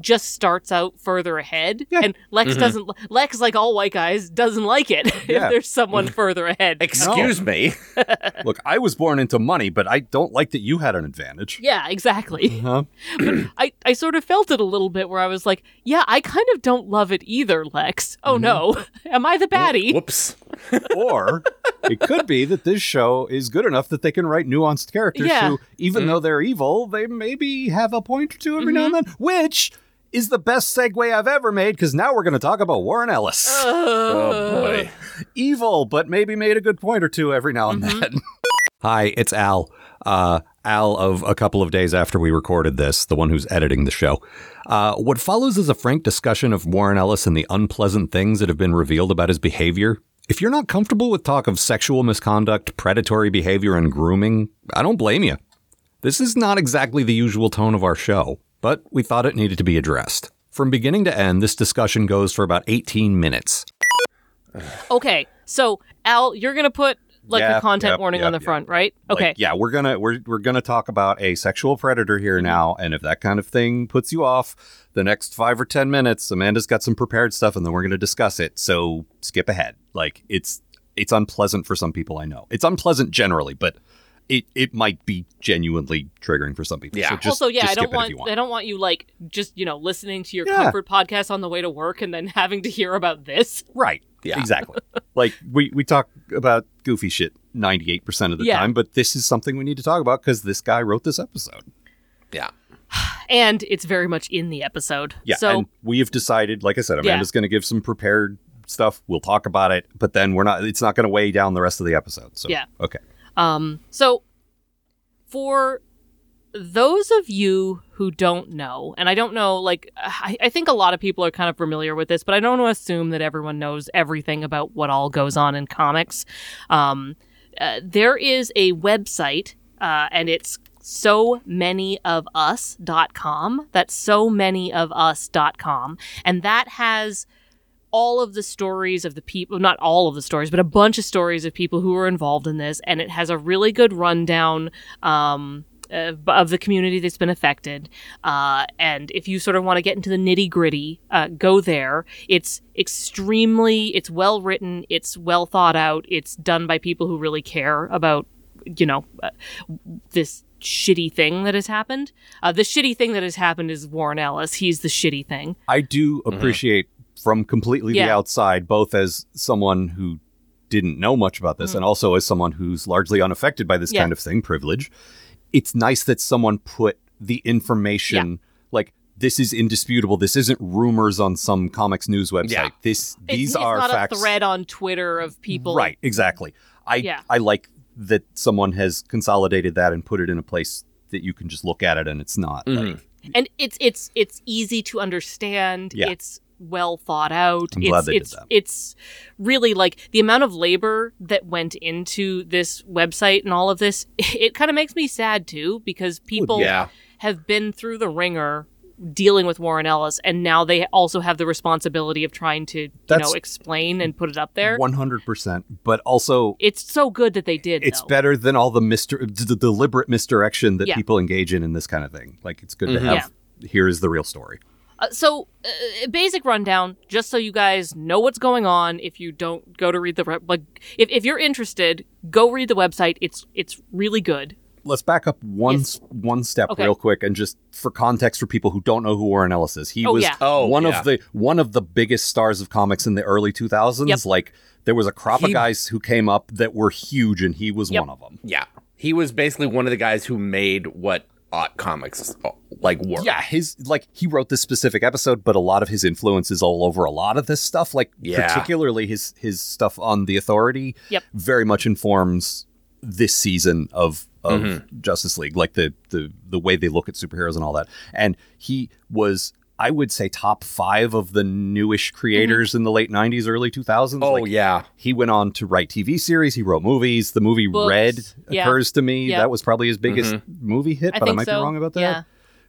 S5: just starts out further ahead,
S3: Yeah.
S5: and Lex
S4: Mm-hmm.
S5: doesn't. Lex, like all white guys, doesn't like it
S3: Yeah.
S5: if there's
S4: Mm-hmm.
S5: someone further ahead.
S4: Excuse me.
S3: Look, I was born into money, but I don't like that you had an advantage.
S5: yeah, exactly.
S3: Huh?
S5: I, I sort of felt it a little bit where I was like, yeah, I kind of don't love it either, Lex.
S3: Mm-hmm.
S5: Oh no, am I the baddie?
S4: Whoops.
S3: or it could be that this show is good enough that they can write nuanced characters
S5: Yeah.
S3: who, even though they're evil, they maybe have a point or two every now and then, which is the best segue I've ever made because now we're going to talk about Warren Ellis.
S4: Oh, boy.
S3: evil, but maybe made a good point or two every now and then. Hi, it's Al. Uh, Al of a couple of days after we recorded this, the one who's editing the show. Uh, what follows is a frank discussion of Warren Ellis and the unpleasant things that have been revealed about his behavior. If you're not comfortable with talk of sexual misconduct, predatory behavior, and grooming, I don't blame you. This is not exactly the usual tone of our show, but we thought it needed to be addressed. From beginning to end, this discussion goes for about 18 minutes.
S5: Okay, so Al, you're gonna put like
S3: Yeah,
S5: a content
S3: yep,
S5: warning
S3: yep,
S5: on the
S3: yep.
S5: front, right? Okay.
S3: Like, yeah, we're gonna we're we're gonna talk about a sexual predator here
S5: Mm-hmm.
S3: now, and if that kind of thing puts you off, the next five or ten minutes, Amanda's got some prepared stuff, and then we're gonna discuss it. So skip ahead. Like it's it's unpleasant for some people. I know it's unpleasant generally, but it it might be genuinely triggering for some people.
S4: Yeah.
S3: So just,
S5: also, yeah,
S3: just
S5: I don't
S3: skip it if
S5: want,
S3: you want.
S5: I don't want you like just you know listening to your
S3: Yeah.
S5: comfort podcast on the way to work and then having to hear about this.
S3: Right.
S4: Yeah.
S3: Exactly. like we we talk about goofy shit ninety eight percent of the
S5: Yeah.
S3: time, but this is something we need to talk about because this guy wrote this episode.
S4: Yeah.
S5: And it's very much in the episode.
S3: Yeah,
S5: So
S3: and we have decided, like I said,
S5: Yeah.
S3: Amanda's going to give some prepared stuff. We'll talk about it, but then we're not. It's not going to weigh down the rest of the episode. So
S5: Yeah.
S3: okay.
S5: Um, so for those of you who don't know, and I don't know, like, I, I think a lot of people are kind of familiar with this, but I don't want to assume that everyone knows everything about what all goes on in comics. Um, uh, there is a website, uh, and it's so many of us.com. That's so many of us.com. And that has all of the stories of the people not all of the stories but a bunch of stories of people who were involved in this and it has a really good rundown um, uh, of the community that's been affected uh, and if you sort of want to get into the nitty gritty uh, go there it's extremely it's well written it's well thought out it's done by people who really care about you know uh, this shitty thing that has happened uh, the shitty thing that has happened is warren ellis he's the shitty thing
S3: I do appreciate from completely the
S5: Yeah.
S3: outside, both as someone who didn't know much about this, and also as someone who's largely unaffected by this
S5: Mm. Yeah.
S3: kind of thing, privilege. It's nice that someone put the information like this is indisputable. This isn't rumors on some comics news website.
S4: Yeah.
S3: This
S5: It-
S3: these
S5: he's
S3: are
S5: not
S3: facts.
S5: a thread on Twitter of people.
S3: Right, exactly. I
S5: Yeah.
S3: I like that someone has consolidated that and put it in a place that you can just look at it and it's not like,
S5: and it's it's it's easy to understand.
S3: Yeah.
S5: It's well thought out.
S3: I'm
S5: it's
S3: glad they did
S5: it's
S3: that.
S5: it's really like the amount of labor that went into this website and all of this. It kind of makes me sad too because people
S4: yeah.
S5: have been through the ringer dealing with Warren Ellis and now they also have the responsibility of trying to you
S3: That's-
S5: know explain and put it up there.
S3: 100%. But also
S5: it's so good that they did.
S3: it's
S5: though.
S3: better than all the mister d- the deliberate misdirection that
S5: Yeah.
S3: people engage in in this kind of thing. Like it's good
S4: Mhm.
S3: to have here is the real story.
S5: Uh, so, uh, basic rundown, just so you guys know what's going on. If you don't go to read the re- like, if, if you're interested, go read the website. It's it's really good.
S3: Let's back up one
S5: Yes.
S3: s- one step
S5: Okay.
S3: real quick and just for context for people who don't know who Warren Ellis is. He
S5: Oh,
S3: was
S5: yeah.
S4: Oh,
S3: one
S4: yeah.
S3: of the one of the biggest stars of comics in the early 2000s.
S5: Yep.
S3: Like there was a crop of
S4: He-
S3: guys who came up that were huge and he was
S5: Yep.
S3: one of them.
S4: Yeah. He was basically one of the guys who made what Ott comics uh, like were.
S3: Yeah, his like he wrote this specific episode, but a lot of his influence is all over a lot of this stuff. Like
S4: Yeah.
S3: particularly his his stuff on the authority
S5: Yep.
S3: very much informs this season of of
S5: Mm-hmm.
S3: Justice League, like the the the way they look at superheroes and all that. And he was I would say top five of the newish creators
S5: Mm-hmm.
S3: in the late '90s, early 2000s.
S4: Oh
S3: like,
S4: yeah.
S3: he went on to write TV series. He wrote movies. The movie
S5: Books.
S3: Red
S5: Yeah.
S3: occurs to me.
S5: Yeah.
S3: That was probably his biggest movie hit,
S5: I
S3: but I
S5: think
S3: might
S5: so.
S3: be wrong about that.
S5: Yeah.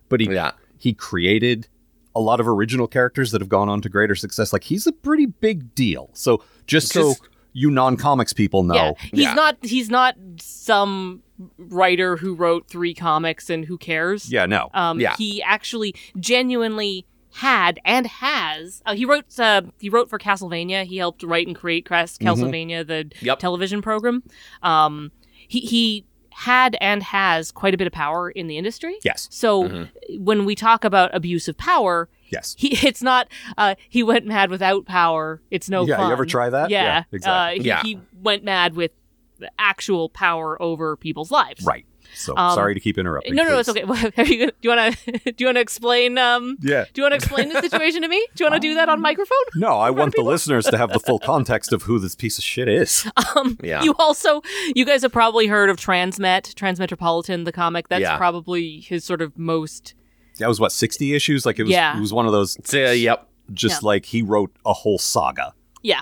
S3: But he
S4: Yeah.
S3: he created a lot of original characters that have gone on to greater success. Like he's a pretty big deal. So just so
S4: Just-
S3: you non-comics people know,
S5: yeah, he's
S4: Yeah.
S5: not he's not some writer who wrote three comics and who cares.
S3: yeah, no,
S5: Um,
S4: Yeah.
S5: he actually genuinely had and has. Uh, he wrote. Uh, he wrote for Castlevania. He helped write and create Cas- Castlevania, the
S4: Mm-hmm. Yep.
S5: television program. Um, he he had and has quite a bit of power in the industry.
S3: yes,
S5: So
S4: Mm-hmm.
S5: when we talk about abuse of power,
S3: yes,
S5: he it's not. Uh, he went mad without power. It's no
S3: yeah.
S5: fun.
S3: You ever try that?
S5: Yeah,
S3: exactly.
S5: Uh, he,
S4: Yeah.
S5: he went mad with the actual power over people's lives.
S3: right. So
S5: um,
S3: sorry to keep interrupting.
S5: No, no, no,
S3: please.
S5: it's okay. Are you gonna, do you want to do you want to explain um
S3: Yeah.
S5: do you want to explain the situation to me? Do you want to do
S4: Um,
S5: that on microphone?
S3: No, I want the listeners to have the full context of who this piece of shit is.
S5: Um,
S4: Yeah.
S5: You also, you guys have probably heard of Transmet, Transmetropolitan, the comic. That's
S4: Yeah.
S5: probably his sort of most.
S3: That was what sixty issues. Like it was.
S5: Yeah.
S3: It was one of those.
S4: So, uh, yep.
S3: Just
S5: Yeah.
S3: like he wrote a whole saga,
S5: Yeah.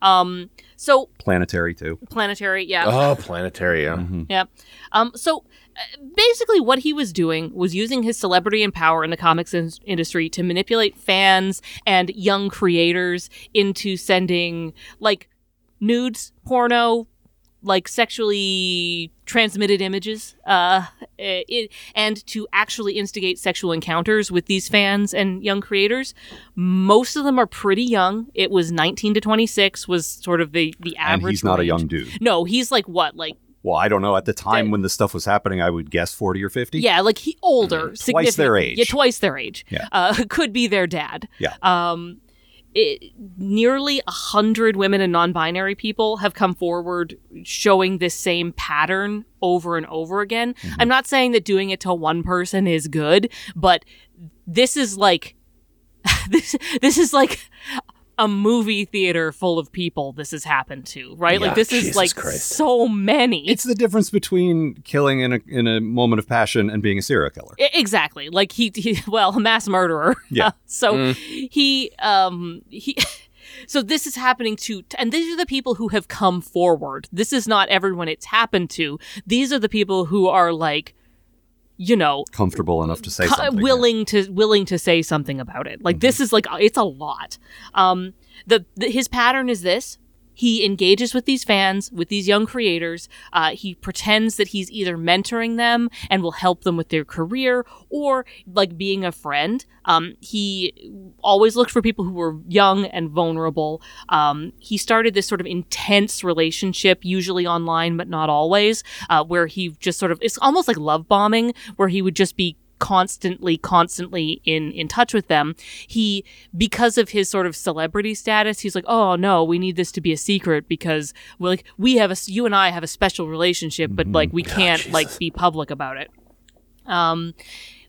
S5: Um. So
S3: planetary too.
S5: planetary. Yeah.
S4: Oh, Planetaria.
S3: Mm-hmm.
S5: Yeah. Um, so uh, basically, what he was doing was using his celebrity and power in the comics in- industry to manipulate fans and young creators into sending like nudes, porno, like sexually transmitted images, uh, it, and to actually instigate sexual encounters with these fans and young creators. Most of them are pretty young. It was 19 to 26 was sort of the the average.
S3: And he's not a
S5: range.
S3: young dude.
S5: No, he's like what, like
S3: Well, I don't know. At the time
S5: That-
S3: when this stuff was happening, I would guess forty or fifty. Mm-hmm.
S5: Yeah, like he older,
S3: Twice their
S5: significantly-
S3: age.
S5: Yeah, twice their age.
S3: Yeah.
S5: Uh, could be their dad.
S3: Yeah.
S5: Um, it, nearly a hundred women and non-binary people have come forward showing this same pattern over and over again.
S3: Mm-hmm.
S5: I'm not saying that doing it to one person is good, but this is like this this is like a movie theater full of people this has happened to, right?
S4: Yeah,
S5: like this is
S4: Jesus
S5: like
S4: Christ.
S5: so many.
S3: It's the difference between killing in a in a moment of passion and being a serial killer.
S5: I- E, Exactly. Like he, he well, a mass murderer.
S3: Yeah.
S5: so he um he so this is happening to and these are the people who have come forward. This is not everyone it's happened to. These are the people who are like you know,
S3: Comfortable enough to say
S5: co-
S3: something. Mm-hmm.
S5: willing to willing to say something about it. Like this is like uh, it's a lot. Um, the, the his pattern is this: he engages with these fans, with these young creators. Uh, he pretends that he's either mentoring them and will help them with their career, or like being a friend. Um, he always looked for people who were young and vulnerable. Um, he started this sort of intense relationship, usually online, but not always, uh, where he just sort of it's almost like love bombing, where he would just be constantly constantly in in touch with them he because of his sort of celebrity status he's like oh no we need this to be a secret because we like we have a s- you and i have a special relationship but like we can't like be public about it um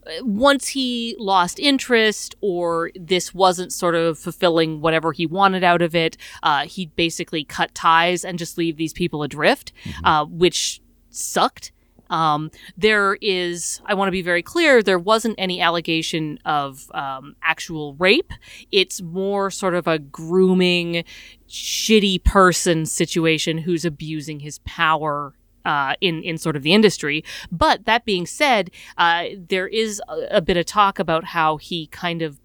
S5: uh, once he lost interest or this wasn't sort of fulfilling whatever he wanted out of it, uh, he'd basically cut ties and just leave these people adrift, uh, which sucked. Um, there is, I want to be very clear, there wasn't any allegation of um, actual rape. It's more sort of a grooming, shitty person situation who's abusing his power. Uh, in in sort of the industry, but that being said, uh, there is a, a bit of talk about how he kind of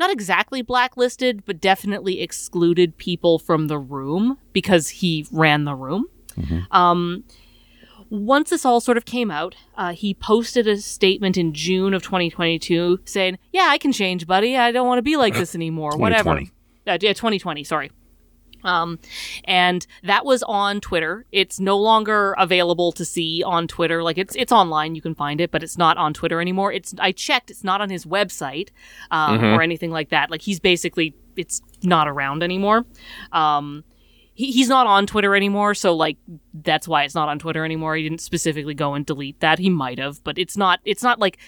S5: not exactly blacklisted, but definitely excluded people from the room because he ran the room. Um, once this all sort of came out, uh, he posted a statement in June of 2022 saying, "Yeah, I can change, buddy. I don't want to be like this anymore. Whatever."
S3: 2020.
S5: Uh, yeah, 2020. Sorry. Um, and that was on Twitter. It's no longer available to see on Twitter. Like it's it's online, you can find it, but it's not on Twitter anymore. It's I checked, it's not on his website um, or anything like that. Like he's basically it's not around anymore. Um, he, he's not on Twitter anymore, so like that's why it's not on Twitter anymore. He didn't specifically go and delete that. He might have, but it's not it's not like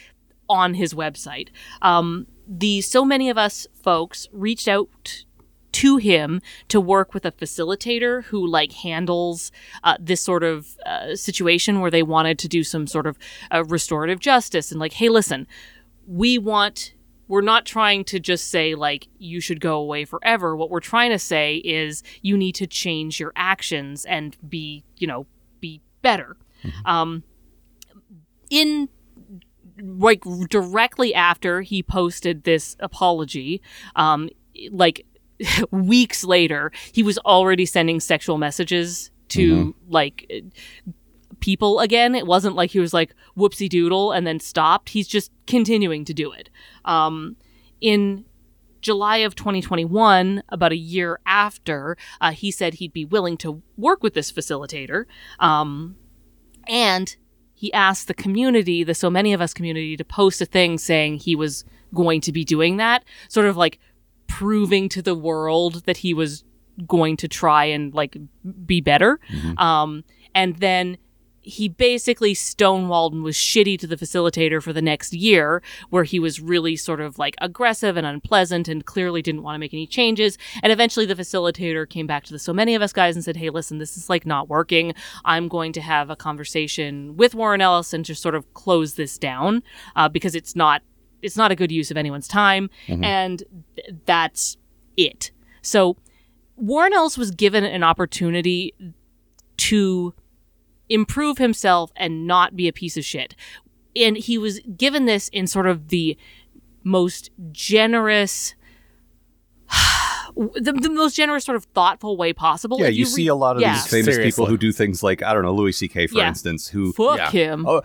S5: on his website. Um, the so many of us folks reached out to him to work with a facilitator who like handles uh, this sort of uh, situation where they wanted to do some sort of uh, restorative justice and like hey listen we want we're not trying to just say like you should go away forever what we're trying to say is you need to change your actions and be you know be better um in like directly after he posted this apology um like weeks later he was already sending sexual messages to like people again it wasn't like he was like whoopsie doodle and then stopped he's just continuing to do it um in July of 2021, about a year after, uh, he said he'd be willing to work with this facilitator. Um, and he asked the community, the So Many of Us community, to post a thing saying he was going to be doing that, sort of like proving to the world that he was going to try and like be better. Um, and then he basically stonewalled and was shitty to the facilitator for the next year, where he was really sort of like aggressive and unpleasant and clearly didn't want to make any changes. And eventually the facilitator came back to the so many of us guys and said, Hey, listen, this is like not working. I'm going to have a conversation with Warren Ellis and just sort of close this down uh, because it's not. It's not a good use of anyone's time, and th- that's it. So, Warren Ellis was given an opportunity to improve himself and not be a piece of shit. And he was given this in sort of the most generous, the, the most generous sort of thoughtful way possible.
S3: Yeah,
S5: If
S3: you, see
S5: read-
S3: a lot of
S5: yeah.
S3: these famous people
S4: Seriously.
S3: who do things like I don't know Louis C.K. for
S5: Yeah.
S3: instance, who
S5: Fuck
S4: Yeah.
S5: him.
S3: oh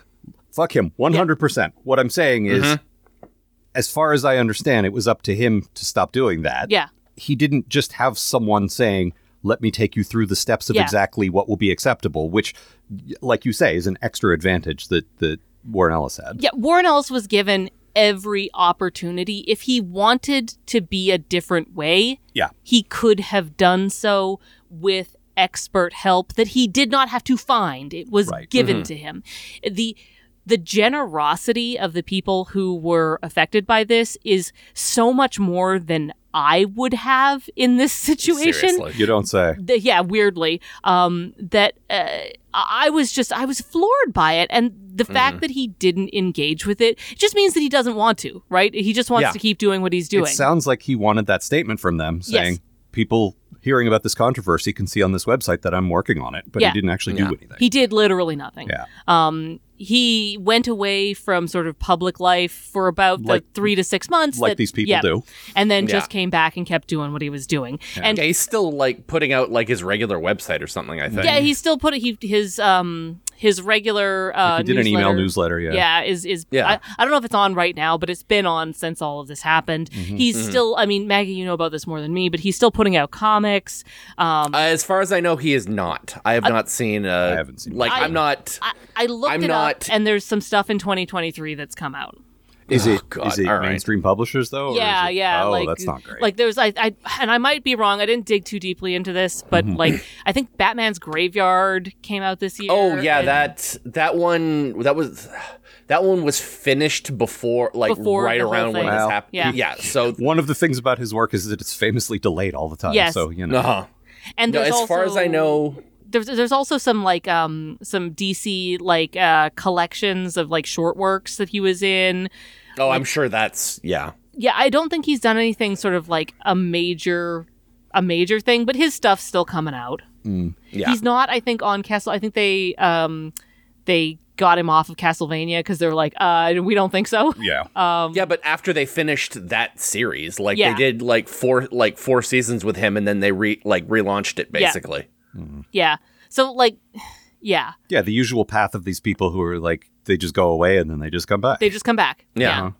S3: fuck him one hundred percent. What I'm saying is, as far as I understand, it was up to him to stop doing that.
S5: Yeah,
S3: he didn't just have someone saying, "Let me take you through the steps of
S5: Yeah.
S3: exactly what will be acceptable," which, y- like you say, is an extra advantage that that Warren Ellis had.
S5: yeah. Warren Ellis was given every opportunity. If he wanted to be a different way,
S3: Yeah.
S5: he could have done so with expert help that he did not have to find. It was
S3: Right.
S5: given to him. The the generosity of the people who were affected by this is so much more than I would have in this situation
S4: Seriously.
S3: You don't say.
S5: the, yeah, weirdly, um, that uh, I was just I was floored by it, and the fact that he didn't engage with it just means that he doesn't want to, right? He just wants
S3: Yeah.
S5: to keep doing what he's doing.
S3: It sounds like he wanted that statement from them saying, "People hearing about this controversy can see on this website that I'm working on it," but
S5: Yeah.
S3: he didn't actually
S4: Yeah.
S3: do anything.
S5: he did literally nothing.
S3: Yeah.
S5: Um, he went away from sort of public life for about
S3: Like-
S5: the three to six months,
S3: like
S5: that-
S3: these people
S5: yeah,
S3: do.
S4: Oh,
S5: and then just
S4: Yeah.
S5: came back and kept doing what he was doing. And
S4: Yeah, he's still like putting out like his regular website or something. I think.
S5: yeah, he still put he his um his regular uh,
S3: he did an email
S5: newsletter-
S3: newsletter, yeah.
S5: yeah, is is
S4: Yeah.
S5: I, I don't know if it's on right now, but it's been on since all of this happened.
S3: Mm-hmm.
S5: He's
S4: Mm-hmm.
S5: still, I mean, Maggie, you know about this more than me, but he's still putting out comics. Um,
S4: Uh, as far as I know, he is not. I have not seen. Uh,
S3: I haven't seen
S4: Like
S5: it.
S4: I, am not.
S5: I, I looked
S4: I'm
S5: it
S4: not-
S5: up, and there's some stuff in 2023 that's come out.
S3: Is
S4: Oh,
S3: it is
S4: God,
S3: it
S4: all right.
S3: mainstream publishers though? or is
S5: Yeah,
S3: it-
S5: yeah,
S3: Oh,
S5: like-
S3: that's not great.
S5: Like there's I, I and I might be wrong. I didn't dig too deeply into this, but
S4: Mm-hmm.
S5: like I think Batman's Graveyard came out this year.
S4: Oh yeah,
S5: and-
S4: that that one that was that one was finished before like
S5: Before
S4: right
S5: the whole
S4: around when
S5: thing.
S4: this
S3: Well,
S4: happened.
S5: yeah.
S4: Yeah. so
S3: One of the things about his work is that it's famously delayed all the time.
S5: Yes.
S3: So you know,
S4: uh-huh.
S5: And
S4: no,
S5: there's
S4: as far as I
S5: also-
S4: know,
S5: there's there's also some like um some DC like uh collections of like short works that he was in.
S4: oh, I'm sure that's yeah.
S5: Yeah, I don't think he's done anything sort of like a major a major thing, but his stuff's still coming out.
S4: Mm, Yeah.
S5: He's not I think on Castle I think they um they got him off of Castlevania cuz they're like uh we don't think so.
S3: yeah.
S5: Uh,
S4: yeah, but after they finished that series, like
S5: Yeah.
S4: they did like four like four seasons with him and then they re like relaunched it
S5: Yeah.
S4: basically.
S5: Yeah. So like yeah,
S3: yeah, the usual path of these people who are like they just go away and then they just come back.
S5: they just come back.
S4: Yeah.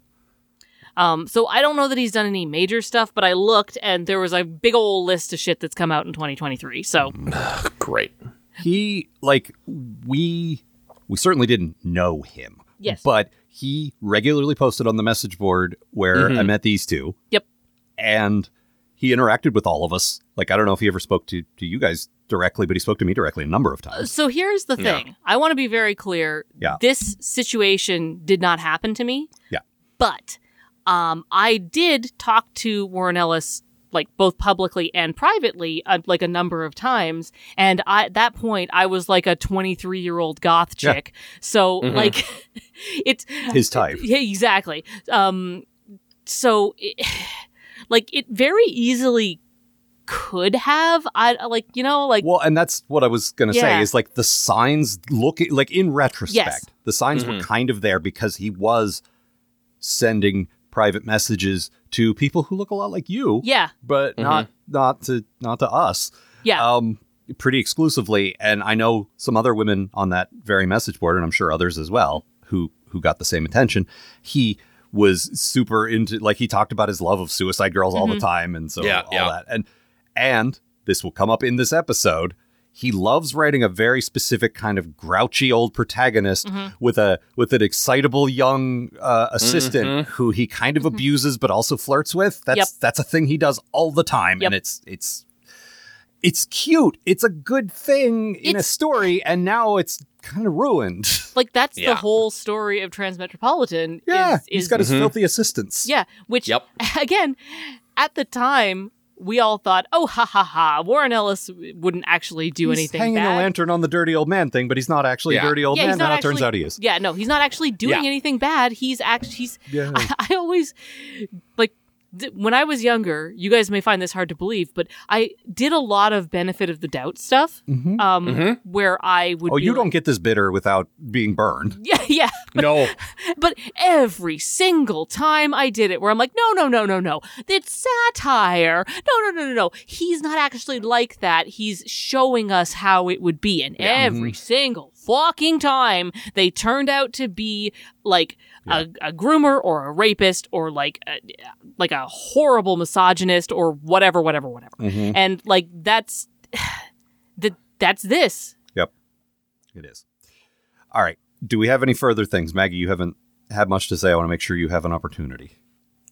S5: Um, so I don't know that he's done any major stuff, but I looked and there was a big old list of shit that's come out in 2023. So
S4: Great.
S3: he like we we certainly didn't know him.
S5: Yes.
S3: But he regularly posted on the message board where I met these two.
S5: Mm-hmm. Yep.
S3: And he interacted with all of us. Like I don't know if he ever spoke to, to you guys directly, but he spoke to me directly a number of times.
S5: So here's the thing. I want to be very clear.
S3: Yeah.
S5: This situation did not happen to me.
S3: Yeah.
S5: But um, I did talk to Warren Ellis like both publicly and privately uh, like a number of times and I, at that point i was like a 23 year old goth
S3: Yeah. Mm-hmm.
S5: chick so like it's
S3: His type.
S5: Yeah, exactly. Um, so, it, like, it very easily could have. I like, you know, like,
S3: Well, and that's what I was going to
S5: Yeah.
S3: say is like the signs look like in retrospect,
S5: Yes.
S3: the signs were kind of there because he was sending private messages to people who look a lot like you,
S5: yeah,
S3: but not not to not to us.
S5: yeah,
S3: Um pretty exclusively and I know some other women on that very message board and I'm sure others as well who who got the same attention. He was super into like he talked about his love of suicide girls all the time and so
S4: Yeah,
S3: all
S4: yeah.
S3: that. And and this will come up in this episode. He loves writing a very specific kind of grouchy old protagonist
S5: Mm-hmm.
S3: with a with an excitable young uh, assistant who he kind of
S5: Mm-hmm.
S3: abuses but also flirts with. That's that's a thing he does all the time,
S5: Yep.
S3: and it's it's it's cute. It's a good thing in a
S5: It's-
S3: story, and now it's kind of ruined.
S5: like that's the
S4: yeah.
S5: whole story of Transmetropolitan.
S3: yeah,
S5: is, is
S3: he's got his filthy assistants.
S5: yeah, which
S4: Yep.
S5: again, at the time. We all thought, oh, ha ha ha, Warren Ellis wouldn't actually do
S3: He's
S5: anything
S3: hanging
S5: bad.
S3: a lantern on the dirty old man thing, but he's not actually
S4: Yeah.
S3: a dirty old
S5: yeah,
S3: man.
S5: he's not
S3: now
S5: actually,
S3: it turns out he is.
S5: Yeah, no, he's not actually doing
S4: Yeah.
S5: anything bad. He's actually he's.
S3: Yeah.
S5: I, I always like th- when I was younger. You guys may find this hard to believe, but I did a lot of benefit of the doubt stuff, um,
S4: Mm-hmm.
S5: where I would.
S3: Mm-hmm. Oh,
S5: be
S3: you
S5: like-
S3: don't get this bitter without being burned.
S5: Yeah, yeah.
S4: No.
S5: But every single time I did it, where I'm like, no, no, no, no, no, it's satire. No, no, no, no, no. He's not actually like that. He's showing us how it would be. And
S4: mm-hmm.
S5: every single fucking time they turned out to be like a, a groomer or a rapist or like a, like a horrible misogynist or whatever, whatever, whatever.
S4: Mm-hmm.
S5: And like that's that that's this.
S3: It is. All right. Do we have any further things, Maggie? You haven't had much to say. I want to make sure you have an opportunity.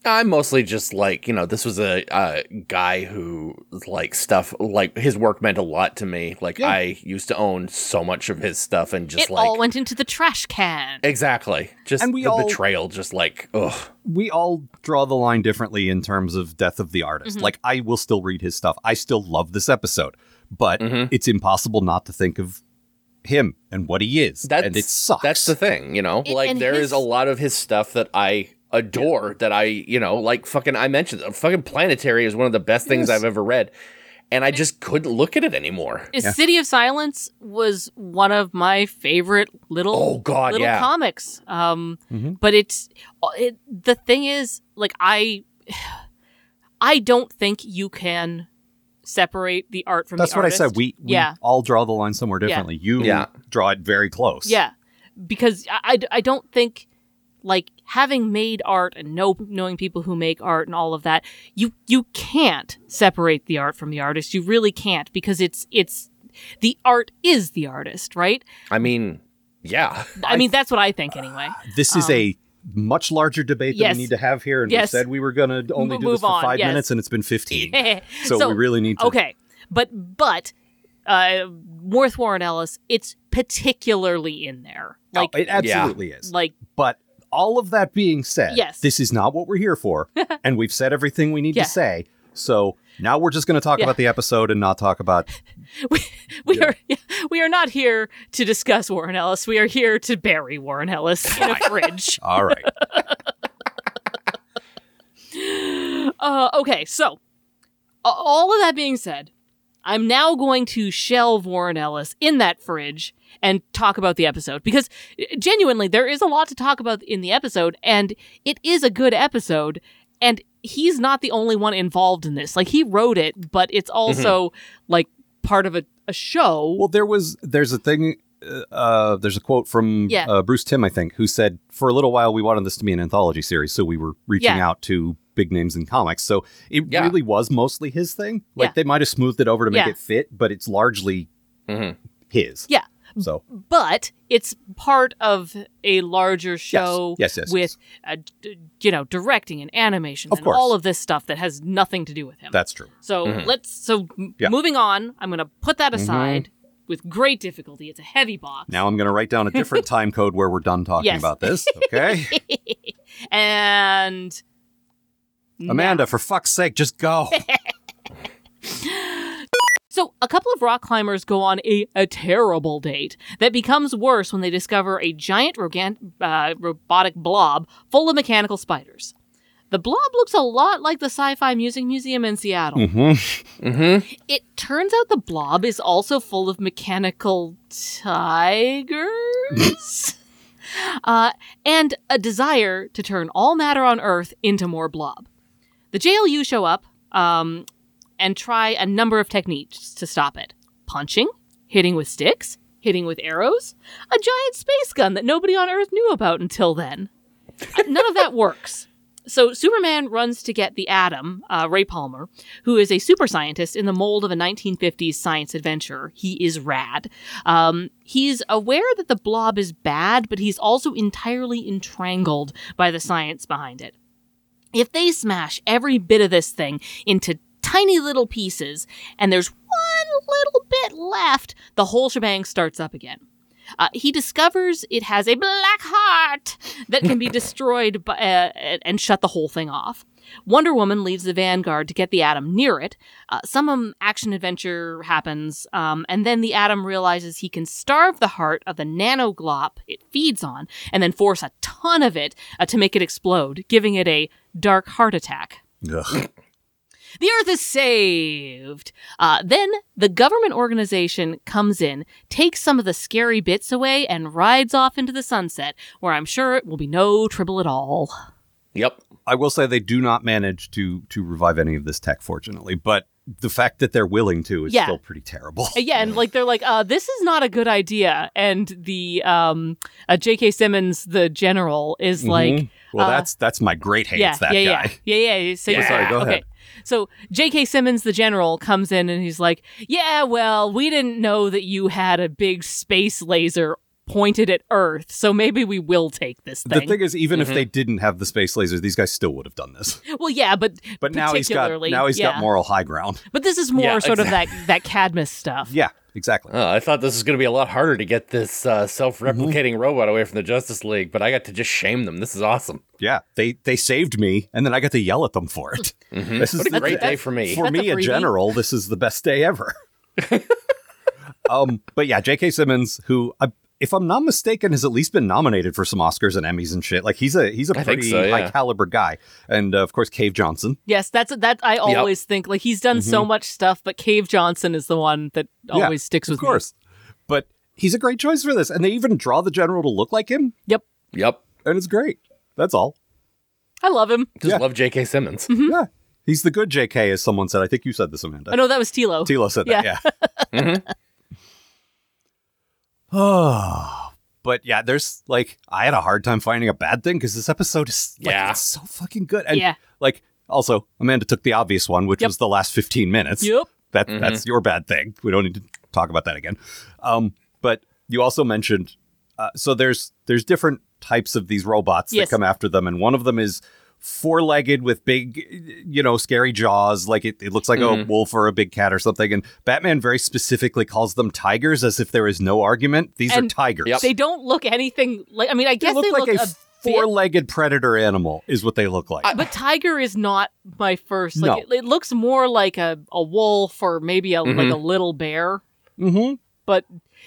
S4: I'm mostly just like, you know, this was a uh, guy who, like, stuff, like, his work meant a lot to me. Like, I used to own so much of his stuff and just,
S5: it
S4: like,
S5: all went into the trash can.
S4: exactly. Just
S3: And we
S4: the
S3: all-
S4: betrayal, just like, ugh.
S3: we all draw the line differently in terms of death of the artist.
S5: Mm-hmm.
S3: Like I will still read his stuff. I still love this episode, but it's impossible not to think of him and what he is.
S4: That's,
S3: and it sucks.
S4: That's the thing, you know?
S5: It-
S4: like,
S5: and
S4: there is
S5: his-
S4: a lot of his stuff that I adore that I, you know, like, fucking, I mentioned, uh, fucking Planetary is one of the best things I've ever read. And I just couldn't look at it anymore.
S5: Is City of Silence was one of my favorite little
S4: Oh, God,
S5: little
S4: yeah.
S5: comics. Um,
S3: Mm-hmm.
S5: but it's it, the thing is like I I don't think you can separate the art from
S3: That's
S5: the
S3: what
S5: artist.
S3: I said. We, we
S5: yeah
S3: all draw the line somewhere
S5: Yeah.
S3: differently. You
S4: Yeah.
S3: draw it very close.
S5: yeah because I, I, I don't think like having made art and know, knowing people who make art and all of that you you can't separate the art from the artist you really can't because it's it's the art is the artist right
S4: I mean, yeah.
S5: I mean, that's what I think anyway.
S3: This is a much larger debate
S5: Um, Yes.
S3: that we need to have here. And
S5: Yes.
S3: we said we were going to only
S5: M-
S3: do this
S5: move
S3: for
S5: on,
S3: five
S5: yes.
S3: minutes, and it's been 15. So,
S5: so,
S3: we really need to.
S5: okay, but but uh, Worth Warren Ellis, it's particularly in there. Like
S3: Oh, it absolutely is.
S5: like
S3: But all of that being said,
S5: Yes.
S3: this is not what we're here for. and we've said everything we need
S5: Yeah.
S3: to say. So now we're just going to talk
S5: Yeah.
S3: about the episode and not talk about.
S5: we are we are not here to discuss Warren Ellis. We are here to bury Warren Ellis in a fridge.
S3: All right.
S5: Uh, okay, so a- all of that being said, I'm now going to shelve Warren Ellis in that fridge and talk about the episode because uh, genuinely there is a lot to talk about in the episode, and it is a good episode, and he's not the only one involved in this. Like he wrote it, but it's also like part of a, a show.
S3: Well, there was there's a thing. uh, Uh, there's a quote from
S5: Yeah.
S3: uh, Bruce Tim, I think, who said, "For a little while, we wanted this to be an anthology series, so we were reaching
S5: Yeah.
S3: out to big names in comics." So it
S4: Yeah.
S3: really was mostly his thing. Like
S5: Yeah.
S3: they might have smoothed it over to make
S5: Yeah.
S3: it fit, but it's largely
S4: Mhm.
S3: his.
S5: Yeah.
S3: So
S5: but it's part of a larger show
S3: Yes, yes, yes,
S5: with Uh, d- you know directing and animation
S3: Of
S5: and
S3: course.
S5: all of this stuff that has nothing to do with him
S3: that's true.
S5: so let's so m-
S3: Yeah.
S5: moving on i'm gonna put that aside with great difficulty it's a heavy box
S3: Now I'm going to write down a different time code where we're done talking
S5: Yes.
S3: about this. Okay,
S5: and
S3: Amanda, for fuck's sake, just go.
S5: So, a couple of rock climbers go on a, a terrible date that becomes worse when they discover a giant rogan- uh, robotic blob full of mechanical spiders. The blob looks a lot like the Sci Fi Music Museum in Seattle.
S3: Mm-hmm.
S5: It turns out the blob is also full of mechanical tigers uh, and a desire to turn all matter on Earth into more blob. The JLU show up um, and try a number of techniques to stop it punching, hitting with sticks, hitting with arrows, a giant space gun that nobody on Earth knew about until then. Uh, None of that works. So Superman runs to get the Atom, uh, Ray Palmer, who is a super scientist in the mold of a 1950s science adventure. He is rad. Um, he's aware that the blob is bad, but he's also entirely entrangled by the science behind it. If they smash every bit of this thing into tiny little pieces and there's one little bit left, the whole shebang starts up again. Uh, he discovers it has a black heart that can be destroyed by, uh, and shut the whole thing off. Wonder Woman leaves the Vanguard to get the Atom near it. Uh, some um, action adventure happens, um, and then the Atom realizes he can starve the heart of the nanoglop it feeds on, and then force a ton of it uh, to make it explode, giving it a dark heart attack.
S3: Ugh.
S5: The Earth is saved. Uh, then the government organization comes in, takes some of the scary bits away, and rides off into the sunset, where I'm sure it will be no trouble at all.
S4: Yep.
S3: I will say they do not manage to to revive any of this tech, fortunately. But the fact that they're willing to is
S5: Yeah.
S3: still pretty terrible.
S5: Uh, Yeah, and like they're like, uh, this is not a good idea. And the um, uh, J.K. Simmons, the general, is like,
S3: Mhm. well,
S5: uh,
S3: that's that's my great hates
S5: yeah,
S3: that
S5: yeah,
S3: guy.
S5: yeah, yeah, yeah, yeah. So,
S4: Yeah.
S3: Sorry, go
S5: okay.
S3: ahead.
S5: So J.K. Simmons, the general, comes in and he's like, "Yeah, well, we didn't know that you had a big space laser pointed at Earth, so maybe we will take this
S3: The
S5: thing."
S3: thing is, even
S4: Mm-hmm.
S3: if they didn't have the space lasers, these guys still would have done this.
S5: well, yeah, but
S3: But now he's got
S5: particularly,
S3: now he's
S5: yeah.
S3: got moral high ground.
S5: But this is more
S4: Yeah,
S5: sort of that that Cadmus stuff.
S3: Yeah, exactly.
S4: Oh, I thought this was going to be a lot harder to get this uh, self-replicating
S3: Mm-hmm.
S4: robot away from the Justice League, but I got to just shame them. This is awesome.
S3: Yeah, they they saved me, and then I got to yell at them for it. This is
S4: Mm-hmm. What a
S3: the-
S4: great
S5: that's-
S4: day for me.
S3: for
S5: That's
S3: me
S5: a
S3: in
S5: freebie.
S3: general this is the best day ever um but yeah jk simmons who I, if i'm not mistaken has at least been nominated for some oscars and emmys and shit like he's a he's a
S4: I think
S3: pretty
S4: so, yeah.
S3: high caliber guy and uh, of course cave johnson
S5: Yes, that's that. I always think like he's done so much stuff, but Cave Johnson is the one that
S3: Mm-hmm. Yeah,
S5: always sticks with
S3: of course but he's a great choice for this and they even draw the general to look like him
S5: me. Yep,
S4: Yep.
S3: and it's great that's all
S5: I love him.
S4: Just
S3: Yeah.
S4: love J.K. Simmons.
S3: yeah he's the good jk as someone said i think you said this amanda
S5: I know Oh, that was Tilo.
S3: Tilo said that, yeah. Oh, but yeah, there's like I had a hard time finding a bad thing because this episode is like,
S4: Yeah.
S3: it's so fucking good, and
S5: Yeah.
S3: like also Amanda took the obvious one, which
S5: Yep.
S3: was the last fifteen minutes.
S5: Yep.
S3: That that's your bad thing. We don't need to talk about that again. Um, but you also mentioned uh, so there's there's different types of these robots
S5: Yes.
S3: that come after them, and one of them is four-legged with big, you know, scary jaws, like it, it looks like a
S4: Mhm.
S3: wolf or a big cat or something. And Batman very specifically calls them tigers, as if there is no argument. These are
S5: And-
S3: tigers.
S4: Yep.
S5: They don't look anything like. I mean, I
S3: They
S5: guess
S3: look
S5: they
S3: like
S5: look,
S3: a,
S5: a, bit-
S3: four-legged predator animal, is what they look like.
S5: but tiger is not my first.
S3: No.
S5: Like it, it looks more like a, a wolf or maybe a like
S4: Mhm.
S5: a little bear,
S3: mm-hmm.
S5: but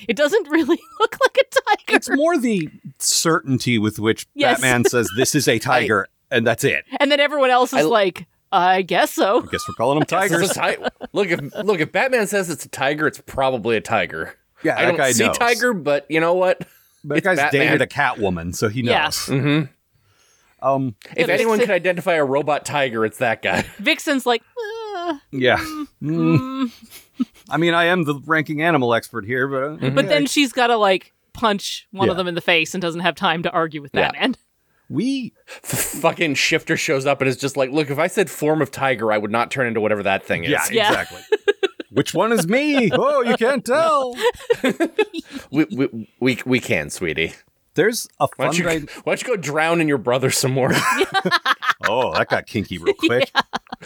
S5: it doesn't really look like a tiger.
S3: it's more the certainty with which
S5: Yes.
S3: Batman says this is a tiger, and that's it.
S5: and then everyone else is
S4: I-
S5: like, I guess so.
S3: I guess we're calling them
S4: This is
S3: tigers.
S4: a ti- look if look if Batman says it's a tiger, it's probably a tiger.
S3: Yeah,
S4: I don't see
S3: knows.
S4: tiger, but you know what?
S3: But that
S4: it's
S3: guy's
S4: Batman.
S3: dated a Catwoman, so he
S5: Yeah.
S3: knows.
S4: Mm-hmm.
S3: Um,
S4: If
S5: makes
S4: anyone
S5: sense.
S4: can identify a robot tiger, it's that guy.
S5: Vixen's like, "Uh,
S4: Mm-hmm.
S3: yeah. Mm,
S5: mm."
S3: I mean, I am the ranking animal expert here, but uh,
S5: Mm-hmm. but
S3: yeah.
S5: then she's got to like punch one of
S3: Yeah.
S5: them in the face and doesn't have time to argue with
S4: Yeah.
S5: that man.
S3: we
S4: Fucking shifter shows up and is just like, look, if I said form of tiger, I would not turn into whatever that thing is.
S3: yeah,
S5: Yeah.
S3: exactly. Which one is me? Oh, you can't tell.
S4: We, we, we, we can, sweetie.
S3: There's a
S4: Why
S3: fun.
S4: don't, you,
S3: dy-
S4: why don't you go drown in your brother some more?
S3: oh, that got kinky real quick.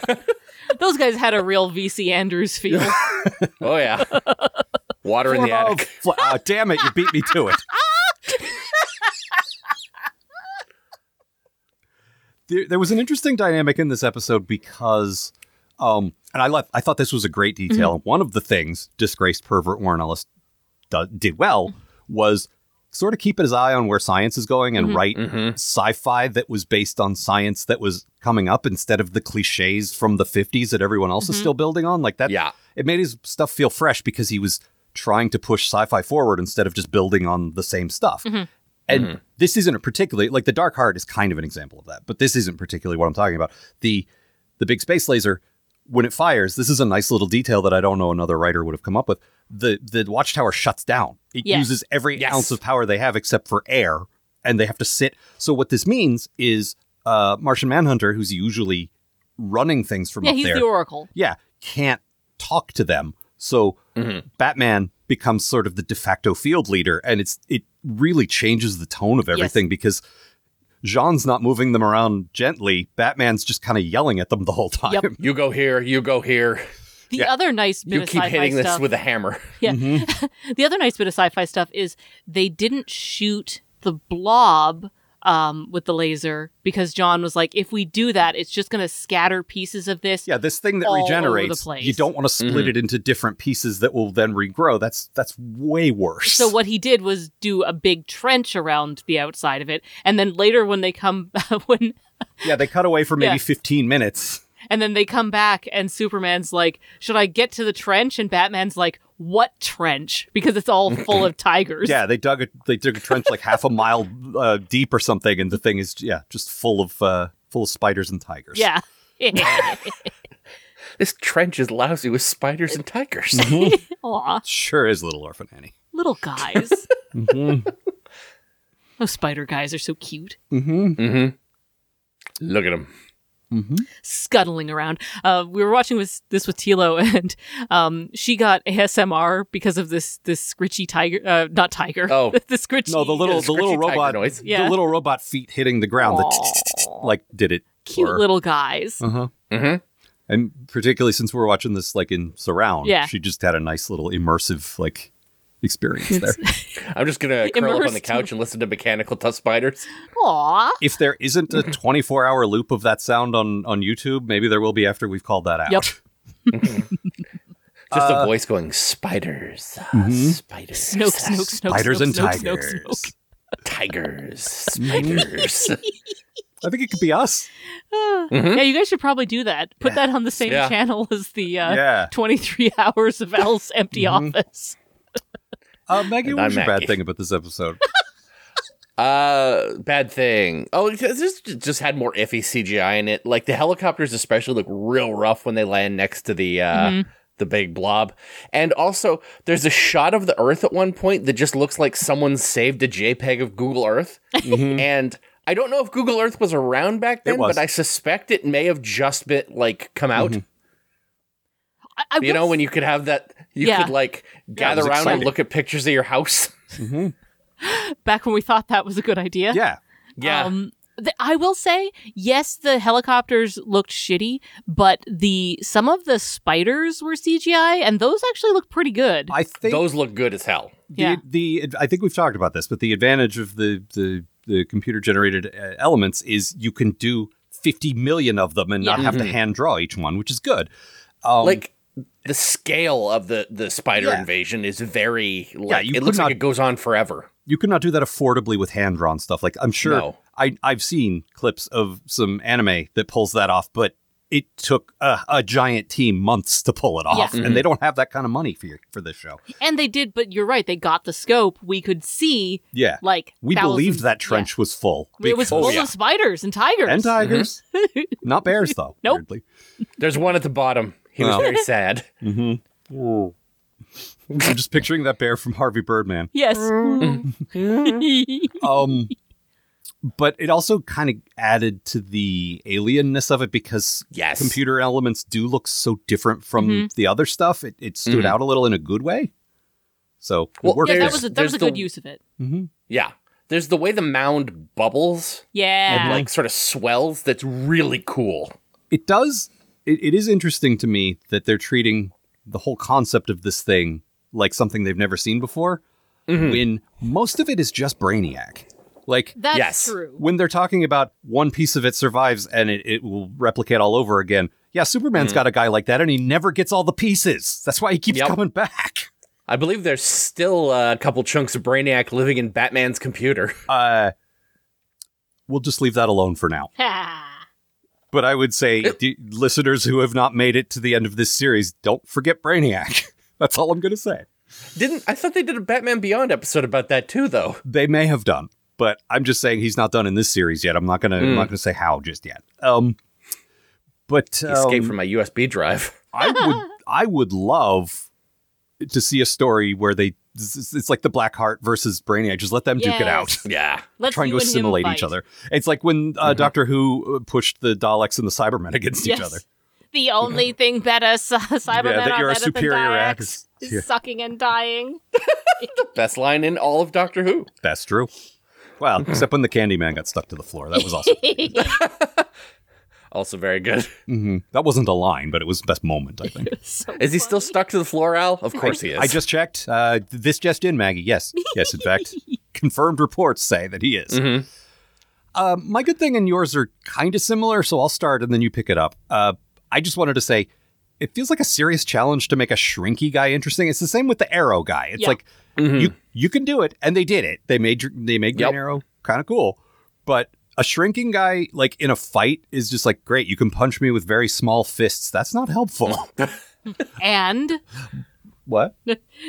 S5: Those guys had a real VC Andrews feel.
S4: oh, yeah. Water in the
S3: Oh,
S4: attic.
S3: fl- ah, damn it! You beat me to it. there, there was an interesting dynamic in this episode because, um, and I left. I thought this was a great detail.
S4: Mm-hmm.
S3: One of the things disgraced pervert Warren Ellis do, did well was sort of keep his eye on where science is going
S4: Mm-hmm.
S3: and write sci-fi that was based on science that was coming up instead of the cliches from the 50s that everyone else is
S4: Mm-hmm.
S3: still building on like that
S4: Yeah.
S3: it made his stuff feel fresh because he was trying to push sci-fi forward instead of just building on the same stuff
S5: Mm-hmm.
S3: and this isn't a particularly like the dark heart is kind of an example of that but this isn't particularly what i'm talking about the the big space laser when it fires this is a nice little detail that i don't know another writer would have come up with the the watchtower shuts down it
S5: Yes.
S3: uses every
S4: Yes.
S3: ounce of power they have except for air and they have to sit so what this means is uh martian manhunter who's usually running things from
S5: yeah,
S3: up
S5: he's
S3: there
S5: the Oracle.
S3: yeah, can't talk to them. So Batman becomes sort of the de facto field leader, and it's it really changes the tone of everything because Jean's not moving them around gently. Batman's just kind of yelling at them the whole time.
S5: Yep.
S4: You go here, you go here.
S5: The
S3: Yeah.
S5: other nice bit
S4: You
S5: of
S4: keep
S5: sci-fi
S4: hitting
S5: stuff.
S4: this with a hammer.
S5: Yeah.
S3: Mm-hmm.
S5: the other nice bit of sci-fi stuff is they didn't shoot the blob um, with the laser because John was like, if we do that, it's just going to scatter pieces of this.
S3: Yeah, this thing that
S5: All over the
S3: regenerates,
S5: place.
S3: you don't want to split it into different pieces that will then regrow. That's that's way worse.
S5: So what he did was do a big trench around the outside of it, and then later when they come when
S3: yeah, they cut away for maybe
S5: Yeah.
S3: 15 minutes.
S5: and then they come back and Superman's like, "Should I get to the trench?" and Batman's like, "What trench?" because it's all full of tigers.
S3: Yeah, they dug a they dug a trench like half a mile uh, deep or something, and the thing is yeah just full of uh, full of spiders and tigers.
S5: Yeah.
S4: This trench is lousy with spiders and tigers.
S5: Aw,
S3: Mm-hmm. Sure is Little Orphan Annie.
S5: little guys.
S3: Mm-hmm.
S5: Those spider guys are so cute.
S3: Mm-hmm.
S4: Mm-hmm. Look at him.
S5: scuttling around. Uh, we were watching this, this with Tilo, and um, she got ASMR because of this this scritchy tiger, uh, not tiger.
S4: Oh.
S5: the scritchy.
S3: No, the little
S4: Scritchy
S3: the little
S4: tiger
S3: robot
S4: noise.
S5: Yeah.
S3: the little robot feet hitting the ground that like did it
S5: cute
S3: for her.
S5: little guys.
S3: Uh-huh. and particularly since we're watching this like in surround,
S5: Yeah.
S3: she just had a nice little immersive like experience there.
S4: I'm just gonna curl up on the
S5: Immersed.
S4: couch and listen to mechanical tough spiders.
S5: Aw.
S3: if there isn't a 24 hour loop of that sound on on YouTube, maybe there will be after we've called that out.
S5: Yep.
S4: Just a voice going spiders, ah, spiders, ah,
S5: Snoke, Snoke, Snoke,
S3: Spiders
S5: Snoke,
S3: and
S5: Snoke, Snoke,
S3: tigers.
S5: Snoke.
S4: tigers, spiders.
S3: I think it could be us.
S5: Ah.
S3: Mm-hmm.
S5: Yeah, you guys should probably do that. Put that on the same
S4: Yeah.
S5: channel as the uh,
S3: Yeah. Mm-hmm.
S5: 23 hours of Al's empty office.
S3: Uh, Maggie,
S4: And
S3: what
S4: I'm
S3: was your bad
S4: Maggie.
S3: thing about this episode?
S4: uh, bad thing. Oh, this just had more iffy CGI in it. Like the helicopters, especially, look real rough when they land next to the. Uh,
S5: Mm-hmm.
S4: The big blob. And also, there's a shot of the Earth at one point that just looks like someone saved a JPEG of Google Earth. And I don't know if Google Earth was around back then,
S3: Mm-hmm. was. Mm-hmm.
S4: but I suspect it may have just been like come out.
S5: I, I
S4: you
S5: will
S4: know when you could have that you
S5: Yeah.
S4: could like
S3: it
S4: gather
S3: was
S4: around and
S3: exciting. Mm-hmm.
S4: look at pictures of your house
S5: back when we thought that was a good idea.
S3: Yeah.
S4: Yeah.
S5: Um, th- I will say, yes, the helicopters looked shitty, but the some of the spiders were CGI, and those actually look pretty good.
S3: I think
S4: Those look good as hell.
S3: the,
S5: yeah.
S3: the I think we've talked about this, but the advantage of the the, the computer generated uh, elements is you can do 50 million of them and not
S5: Yeah.
S3: have
S4: Mm-hmm.
S3: to hand draw each one, which is good. Um,
S4: like the scale of the the spider
S3: Yeah.
S4: invasion is very like
S3: you
S4: it looks
S3: could not-
S4: like it goes on forever.
S3: you could not do that affordably with hand drawn stuff. Like I'm sure
S4: No.
S3: I I've seen clips of some anime that pulls that off, but it took a, a giant team months to pull it off,
S4: Yeah.
S3: and they don't have that kind of money for your, for this show.
S5: and they did, but you're right, they got the scope. We could see
S3: Yeah,
S5: like
S3: we
S5: thousands-
S3: believed that
S5: yeah.
S3: trench was full.
S5: It
S3: because-
S5: was full
S4: Oh, yeah.
S5: of spiders and tigers.
S3: and tigers, not bears though.
S5: Nope.
S3: Weirdly.
S4: There's one at the bottom. He
S3: Wow.
S4: was very sad.
S3: I'm just picturing that bear from Harvey Birdman.
S5: yes.
S3: um but it also kind of added to the alienness of it because
S4: Yes.
S3: computer elements do look so different from
S5: Mm-hmm.
S3: the other stuff it, it stood
S4: Mhm.
S3: out a little in a good way so it
S4: Well,
S3: worked
S5: yeah, that
S4: There's-
S5: was a, that was
S4: there's
S5: a good
S4: the-
S5: use of it.
S4: Yeah. There's the way the mound bubbles
S5: Yeah.
S4: and like sort of swells that's really cool.
S3: it does it, it is interesting to me that they're treating the whole concept of this thing like something they've never seen before when most of it is just brainiac like
S5: That's
S4: Yes.
S5: true.
S3: when they're talking about one piece of it survives and it, it will replicate all over again. Yeah, Superman's got a guy like that and he never gets all the pieces. That's why he keeps
S4: Yep.
S3: coming back.
S4: I believe there's still uh, a couple chunks of Brainiac living in Batman's computer.
S3: Uh, we'll just leave that alone for now.
S5: Ha.
S3: But I would say, d- listeners who have not made it to the end of this series, don't forget Brainiac. That's all I'm going to say.
S4: Didn't I thought they did a Batman Beyond episode about that too though.
S3: They may have done, but I'm just saying he's not done in this series yet. I'm not going to. I'm not going to say how just yet. Um, but um,
S4: Escape from my USB drive.
S3: I would I would love to see a story where they it's it's like the Black Heart versus Brainiac. Just let them duke it out,
S5: Yes.
S4: Yeah.
S5: Let's
S3: trying
S5: you
S3: to
S5: and him
S3: assimilate each
S5: fight.
S3: other. It's like when uh, Doctor Who uh, pushed the Daleks and the Cybermen against each other.
S5: The only thing better, s- Cybermen
S3: that
S5: are
S3: you're a
S5: better
S3: superior
S5: than Diax
S3: actress.
S5: is
S3: Yeah.
S5: sucking and dying.
S4: Best line in all of Doctor Who.
S3: That's true. Well, except when the Candyman got stuck to the floor, that was awesome.
S4: Also very good.
S3: hmm That wasn't a line, but it was the best moment. I think.
S5: So
S4: Is he still stuck to the floor, Al? Of course he is.
S3: I just checked. Uh, th- this just in, Maggie. Yes, yes. In fact, confirmed reports say that he is.
S4: Mhm.
S3: Uh, my good thing and yours are kind of similar, so I'll start and then you pick it up. Uh, I just wanted to say, it feels like a serious challenge to make a shrinky guy interesting. It's the same with the Arrow guy. It's
S5: Yeah.
S3: like you you can do it, and they did it. They made your- they made Green
S4: Hmm. Yep.
S3: Arrow kind of cool, but. A shrinking guy, like in a fight, is just like great. You can punch me with very small fists. That's not helpful.
S5: and
S3: what?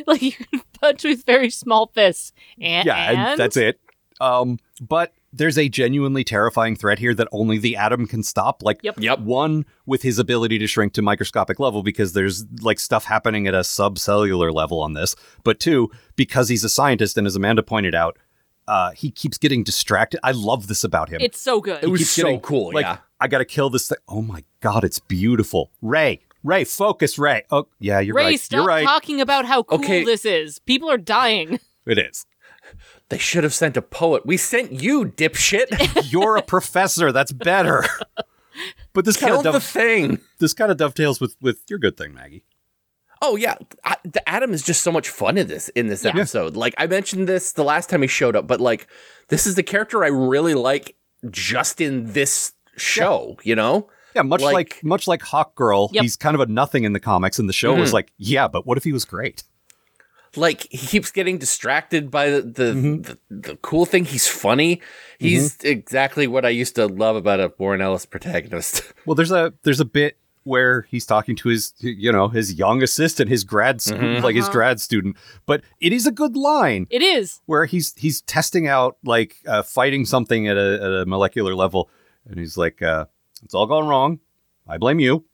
S5: like you can punch with very small fists. And,
S3: yeah, and, that's it. Um, but there's a genuinely terrifying threat here that only the atom can stop. Like
S5: Yep.
S4: Yep.
S3: one with his ability to shrink to microscopic level because there's like stuff happening at a subcellular level on this. But two, because he's a scientist and as Amanda pointed out, uh, he keeps getting distracted. I love this about him.
S5: It's so good.
S4: It was
S3: keeps
S4: so cool,
S3: Like,
S4: yeah.
S3: I gotta kill this thing. Oh my god, it's beautiful. Ray, Ray, focus, Ray. Oh yeah, you're
S5: Ray,
S3: right.
S5: stop
S3: you're right.
S5: talking about how cool
S4: Okay.
S5: this is. People are dying.
S3: It is.
S4: They should have sent a poet. We sent you, dipshit.
S3: You're a professor. That's better. But this kind
S4: Kill
S3: of
S4: the thing.
S3: this kind of dovetails with with your good thing, Maggie.
S4: Oh yeah, I, the Atom is just so much fun in this in this episode. Like I mentioned this the last time he showed up, but like this is the character I really like just in this show. You know?
S3: Yeah, much like,
S4: Like-
S3: much like Hawk Girl,
S5: Yep.
S3: he's kind of a nothing in the comics, and the show was like, yeah, but what if he was great?
S4: like he keeps getting distracted by the the,
S3: Mm-hmm.
S4: the, the cool thing. He's funny. He's exactly what I used to love about a Warren Ellis protagonist.
S3: Well, there's a there's a bit where he's talking to his you know his young assistant, his grad school, like his grad student, but it is a good line
S5: It is.
S3: where he's he's testing out like uh, fighting something at a, at a molecular level, and he's like, uh, it's all gone wrong. I blame you.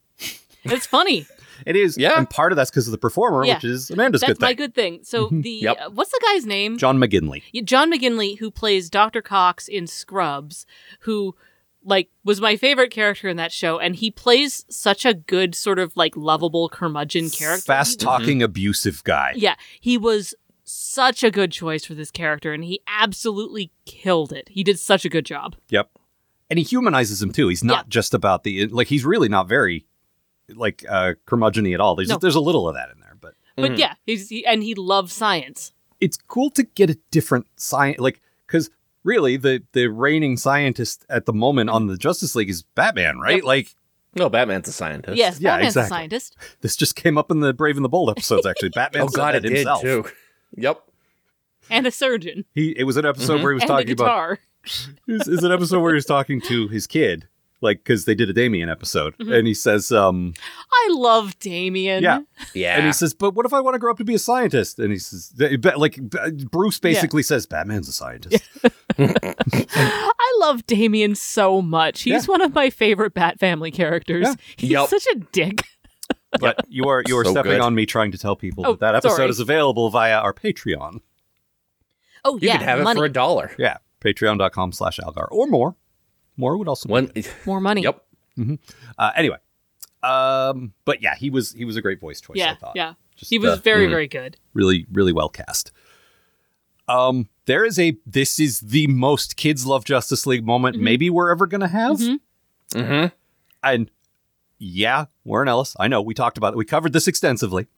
S5: It's funny.
S3: It is,
S4: Yeah.
S3: and part of that's because of the performer,
S5: Yeah.
S3: which is Amanda's
S5: That's
S3: good
S5: my
S3: thing, Mm-hmm.
S5: good thing. So the
S4: Yep.
S5: uh, what's the guy's name?
S3: John McGinley.
S5: Yeah, John McGinley, who plays Dr. Cox in Scrubs, who like was my favorite character in that show, and he plays such a good sort of like lovable curmudgeon character. Mm-hmm.
S3: Fast talking, abusive guy.
S5: Yeah, he was such a good choice for this character, and he absolutely killed it. He did such a good job.
S3: Yep. And he humanizes him too. He's not
S5: Yeah.
S3: just about the like. He's really not very like uh, curmudgeony at all. There's
S5: No.
S3: there's a little of that in there, but
S5: But
S4: Mhm.
S5: yeah, he's he, and he loves science.
S3: it's cool to get a different science like because really the the reigning scientist at the moment on the Justice League is Batman, right? Like
S4: No, Batman's a scientist.
S5: Yes,
S3: yeah,
S5: Batman's
S3: exactly.
S5: a scientist.
S3: this just came up in the Brave and the Bold episodes. Actually, Batman
S4: Oh
S3: said
S4: god,
S3: that
S4: it did
S3: himself.
S4: too. Yep.
S5: And a surgeon.
S3: He it was an episode
S4: Mhm.
S3: where he was
S5: Mm-hmm. And a
S3: talking about
S5: guitar.
S3: It's it's an episode where he's talking to his kid, like because they did a Damien episode,
S5: Mhm.
S3: and he says, um,
S5: I love Damien.
S3: Yeah.
S4: Yeah.
S3: and he says, but what if I want to grow up to be a scientist? And he says, th- ba- like ba- Bruce basically says, Batman's a scientist.
S5: I love Damien so much. He's one of my favorite Bat family characters.
S3: Yeah.
S5: He's
S4: Yup.
S5: such a dick.
S3: But you are you are
S4: So
S3: stepping
S4: good.
S3: on me trying to tell people
S5: Oh,
S3: that that episode
S5: sorry.
S3: is available via our Patreon.
S5: Oh
S4: you
S5: yeah,
S4: could have
S5: money.
S4: it for a dollar.
S3: Yeah, patreon.com slash Algar or more. More would also be
S4: One.
S5: more money.
S4: Yep.
S3: Uh, anyway, um, but yeah, he was he was a great voice choice. I
S5: Yeah,
S3: thought.
S5: yeah.
S3: Just,
S5: He was
S3: uh,
S5: very,
S4: mm.
S5: very good.
S3: really really well cast. Um, there is a this is the most kids love Justice League moment
S5: Mm-hmm.
S3: maybe we're ever gonna have,
S5: Mhm.
S4: hmm
S3: and yeah, Warren Ellis. I know we talked about it. We covered this extensively,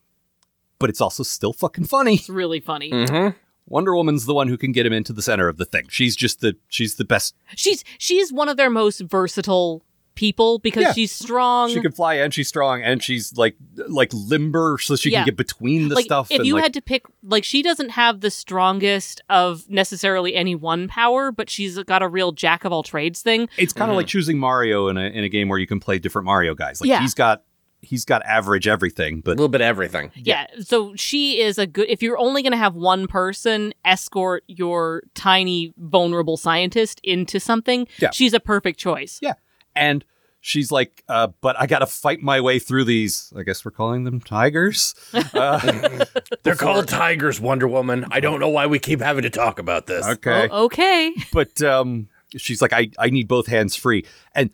S3: but it's also still fucking funny.
S5: It's really funny.
S4: hmm
S3: Wonder Woman's the one who can get him into the center of the thing. She's just the she's the best.
S5: She's she's one of their most versatile people because
S3: Yeah.
S5: she's strong.
S3: She can fly and she's strong and she's like like limber, so she
S5: Yeah.
S3: can get between the
S5: like
S3: stuff.
S5: if
S3: and
S5: you
S3: like,
S5: had to pick, like she doesn't have the strongest of necessarily any one power, but she's got a real jack of all trades thing.
S3: It's kind of like choosing Mario in a in a game where you can play different Mario guys. Like
S5: Yeah.
S3: he's got he's got average everything,
S4: A
S3: but
S4: little bit of everything.
S5: Yeah. So she is a good. If you're only going to have one person escort your tiny, vulnerable scientist into something,
S3: Yeah.
S5: she's a perfect choice.
S3: Yeah. and she's like, uh, but I gotta fight my way through these. I guess we're calling them tigers. Uh,
S4: They're called tigers, Wonder Woman. I don't know why we keep having to talk about this.
S3: okay,
S5: Oh, okay.
S3: but um, she's like, I I need both hands free, and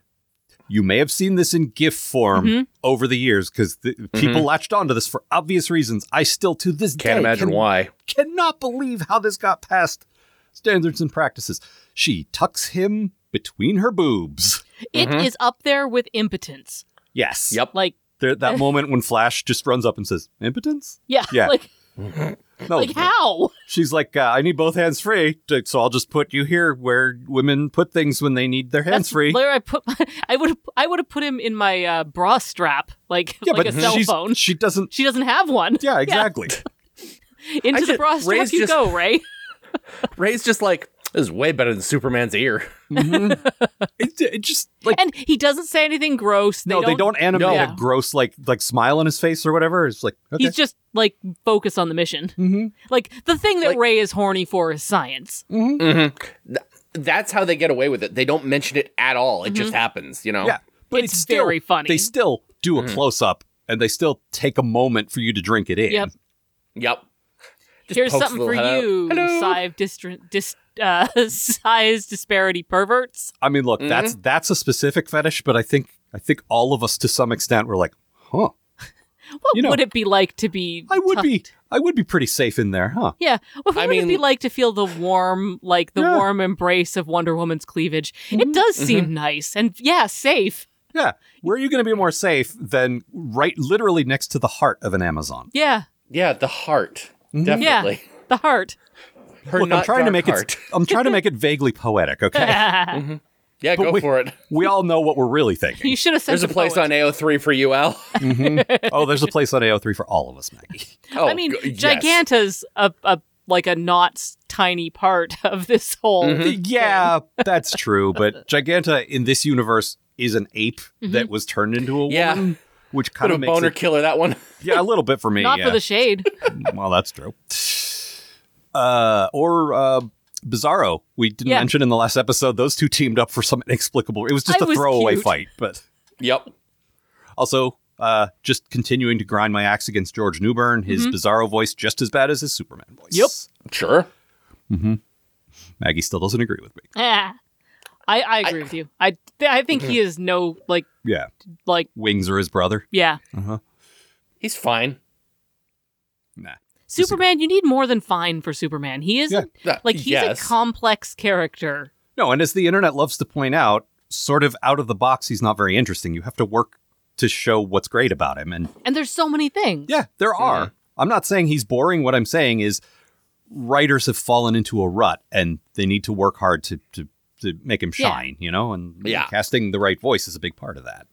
S3: you may have seen this in GIF form
S5: Mm-hmm.
S3: over the years because people latched onto this for obvious reasons. I still to this
S4: Mm-hmm. Can't
S3: day
S4: imagine
S3: can-
S4: why.
S3: cannot believe how this got past standards and practices. She tucks him between her boobs.
S5: It
S3: Mm-hmm.
S4: Mhm.
S5: is up there with impotence.
S3: Yes.
S4: Yep.
S5: Like,
S3: There, that moment when Flash just runs up and says, "Impotence."
S5: yeah.
S3: Yeah. Oh,
S5: Like,
S3: No,
S5: like how?
S3: she's like, uh, "I need both hands free, t- so I'll just put you here where women put things when they need their hands
S5: That's
S3: free."
S5: Where I put, my, I would, I would have put him in my uh, bra strap, like,
S3: yeah,
S5: like
S3: but
S5: a cell
S3: she's,
S5: phone.
S3: she doesn't.
S5: She doesn't have one.
S3: Yeah, exactly.
S5: Into
S4: I
S5: the
S4: just-
S5: bra strap
S4: Ray's
S5: you
S4: just-
S5: go, Ray.
S4: Ray's just like, this is way better than Superman's ear.
S3: Mhm. it, it just like
S5: And he doesn't say anything gross. They
S3: no,
S5: don't,
S3: they don't animate
S5: No.
S3: a gross like like smile on his face or whatever. It's like okay.
S5: He's just like focus on the mission.
S3: Mhm.
S5: Like the thing that
S4: Like-
S5: Ray is horny for is science.
S4: Th- that's how they get away with it. They don't mention it at all. It just happens, you know?
S3: Yeah, but
S5: It's
S3: it's, still,
S5: very funny.
S3: They still do a close up, and they still take a moment for you to drink it in.
S5: Yep.
S4: Yep. Just
S5: Here's
S4: pokes a
S5: something for
S4: little head out.
S5: you,
S4: Hello.
S5: size distri- dis- uh, size disparity perverts.
S3: I mean, look, that's that's a specific fetish, but I think I think all of us to some extent were like, huh,
S5: What
S3: You know,
S5: would it be like to be?
S3: I would be
S5: tucked-
S3: I would be pretty safe in there, huh?
S5: Yeah. What
S4: I
S5: would it be
S4: mean-
S5: like to feel the warm, like the
S3: Yeah.
S5: warm embrace of Wonder Woman's cleavage? It does
S4: Mm-hmm.
S5: seem nice and yeah, safe.
S3: Yeah. Where are you going to be more safe than right literally next to the heart of an Amazon?
S5: Yeah.
S4: Yeah, the heart. Definitely.
S5: The heart.
S4: Her
S3: Look, I'm
S4: not
S3: trying to
S4: dark
S3: make
S4: heart.
S3: it I'm trying to make it vaguely poetic, okay?
S4: Yeah, go
S3: we-
S4: for it.
S3: we all know what we're really thinking.
S5: you should have said
S4: There's a
S5: the
S4: place
S5: poet.
S4: on AO3 for you, Al.
S3: Oh, there's a place on AO3 for all of us, Maggie.
S4: Oh,
S5: I mean,
S4: g- yes.
S5: Giganta's a, a like a not s- tiny part of this whole.
S4: Mm-hmm.
S3: Yeah, that's true, but Giganta in this universe is an ape that was turned into a
S4: Mm-hmm. Yeah.
S3: woman, which
S4: Bit
S3: kind
S4: of
S3: of
S4: a
S3: makes
S4: boner
S3: it,
S4: killer, that one.
S3: yeah, a little bit for me.
S5: Not
S3: yeah.
S5: for the shade.
S3: well, that's true. Uh, or uh, Bizarro, we didn't
S5: Yeah.
S3: mention in the last episode. Those two teamed up for some inexplicable. It was just
S5: I
S3: a
S5: was
S3: throwaway
S5: cute.
S3: fight, but
S4: Yep.
S3: also uh, just continuing to grind my axe against George Newbern. His Bizarro voice just as bad as his Superman voice.
S5: Mm-hmm. Yep.
S4: Sure.
S3: Maggie still doesn't agree with me.
S5: Ah. I, I agree with you. I I think he is no like
S3: Yeah,
S5: like
S3: Wings or his brother.
S5: yeah.
S4: He's fine.
S3: Nah.
S5: Superman, you need more than fine for Superman. He is
S3: Yeah.
S4: That-
S5: like he's
S4: yes.
S5: a complex character.
S3: No, and as the internet loves to point out, sort of out of the box, he's not very interesting. You have to work to show what's great about him. And
S5: And there's so many things.
S3: yeah, there are. I'm not saying he's boring. What I'm saying is writers have fallen into a rut and they need to work hard to, to, to make him
S5: Yeah.
S3: shine, you know? And
S4: Yeah.
S3: casting the right voice is a big part of that.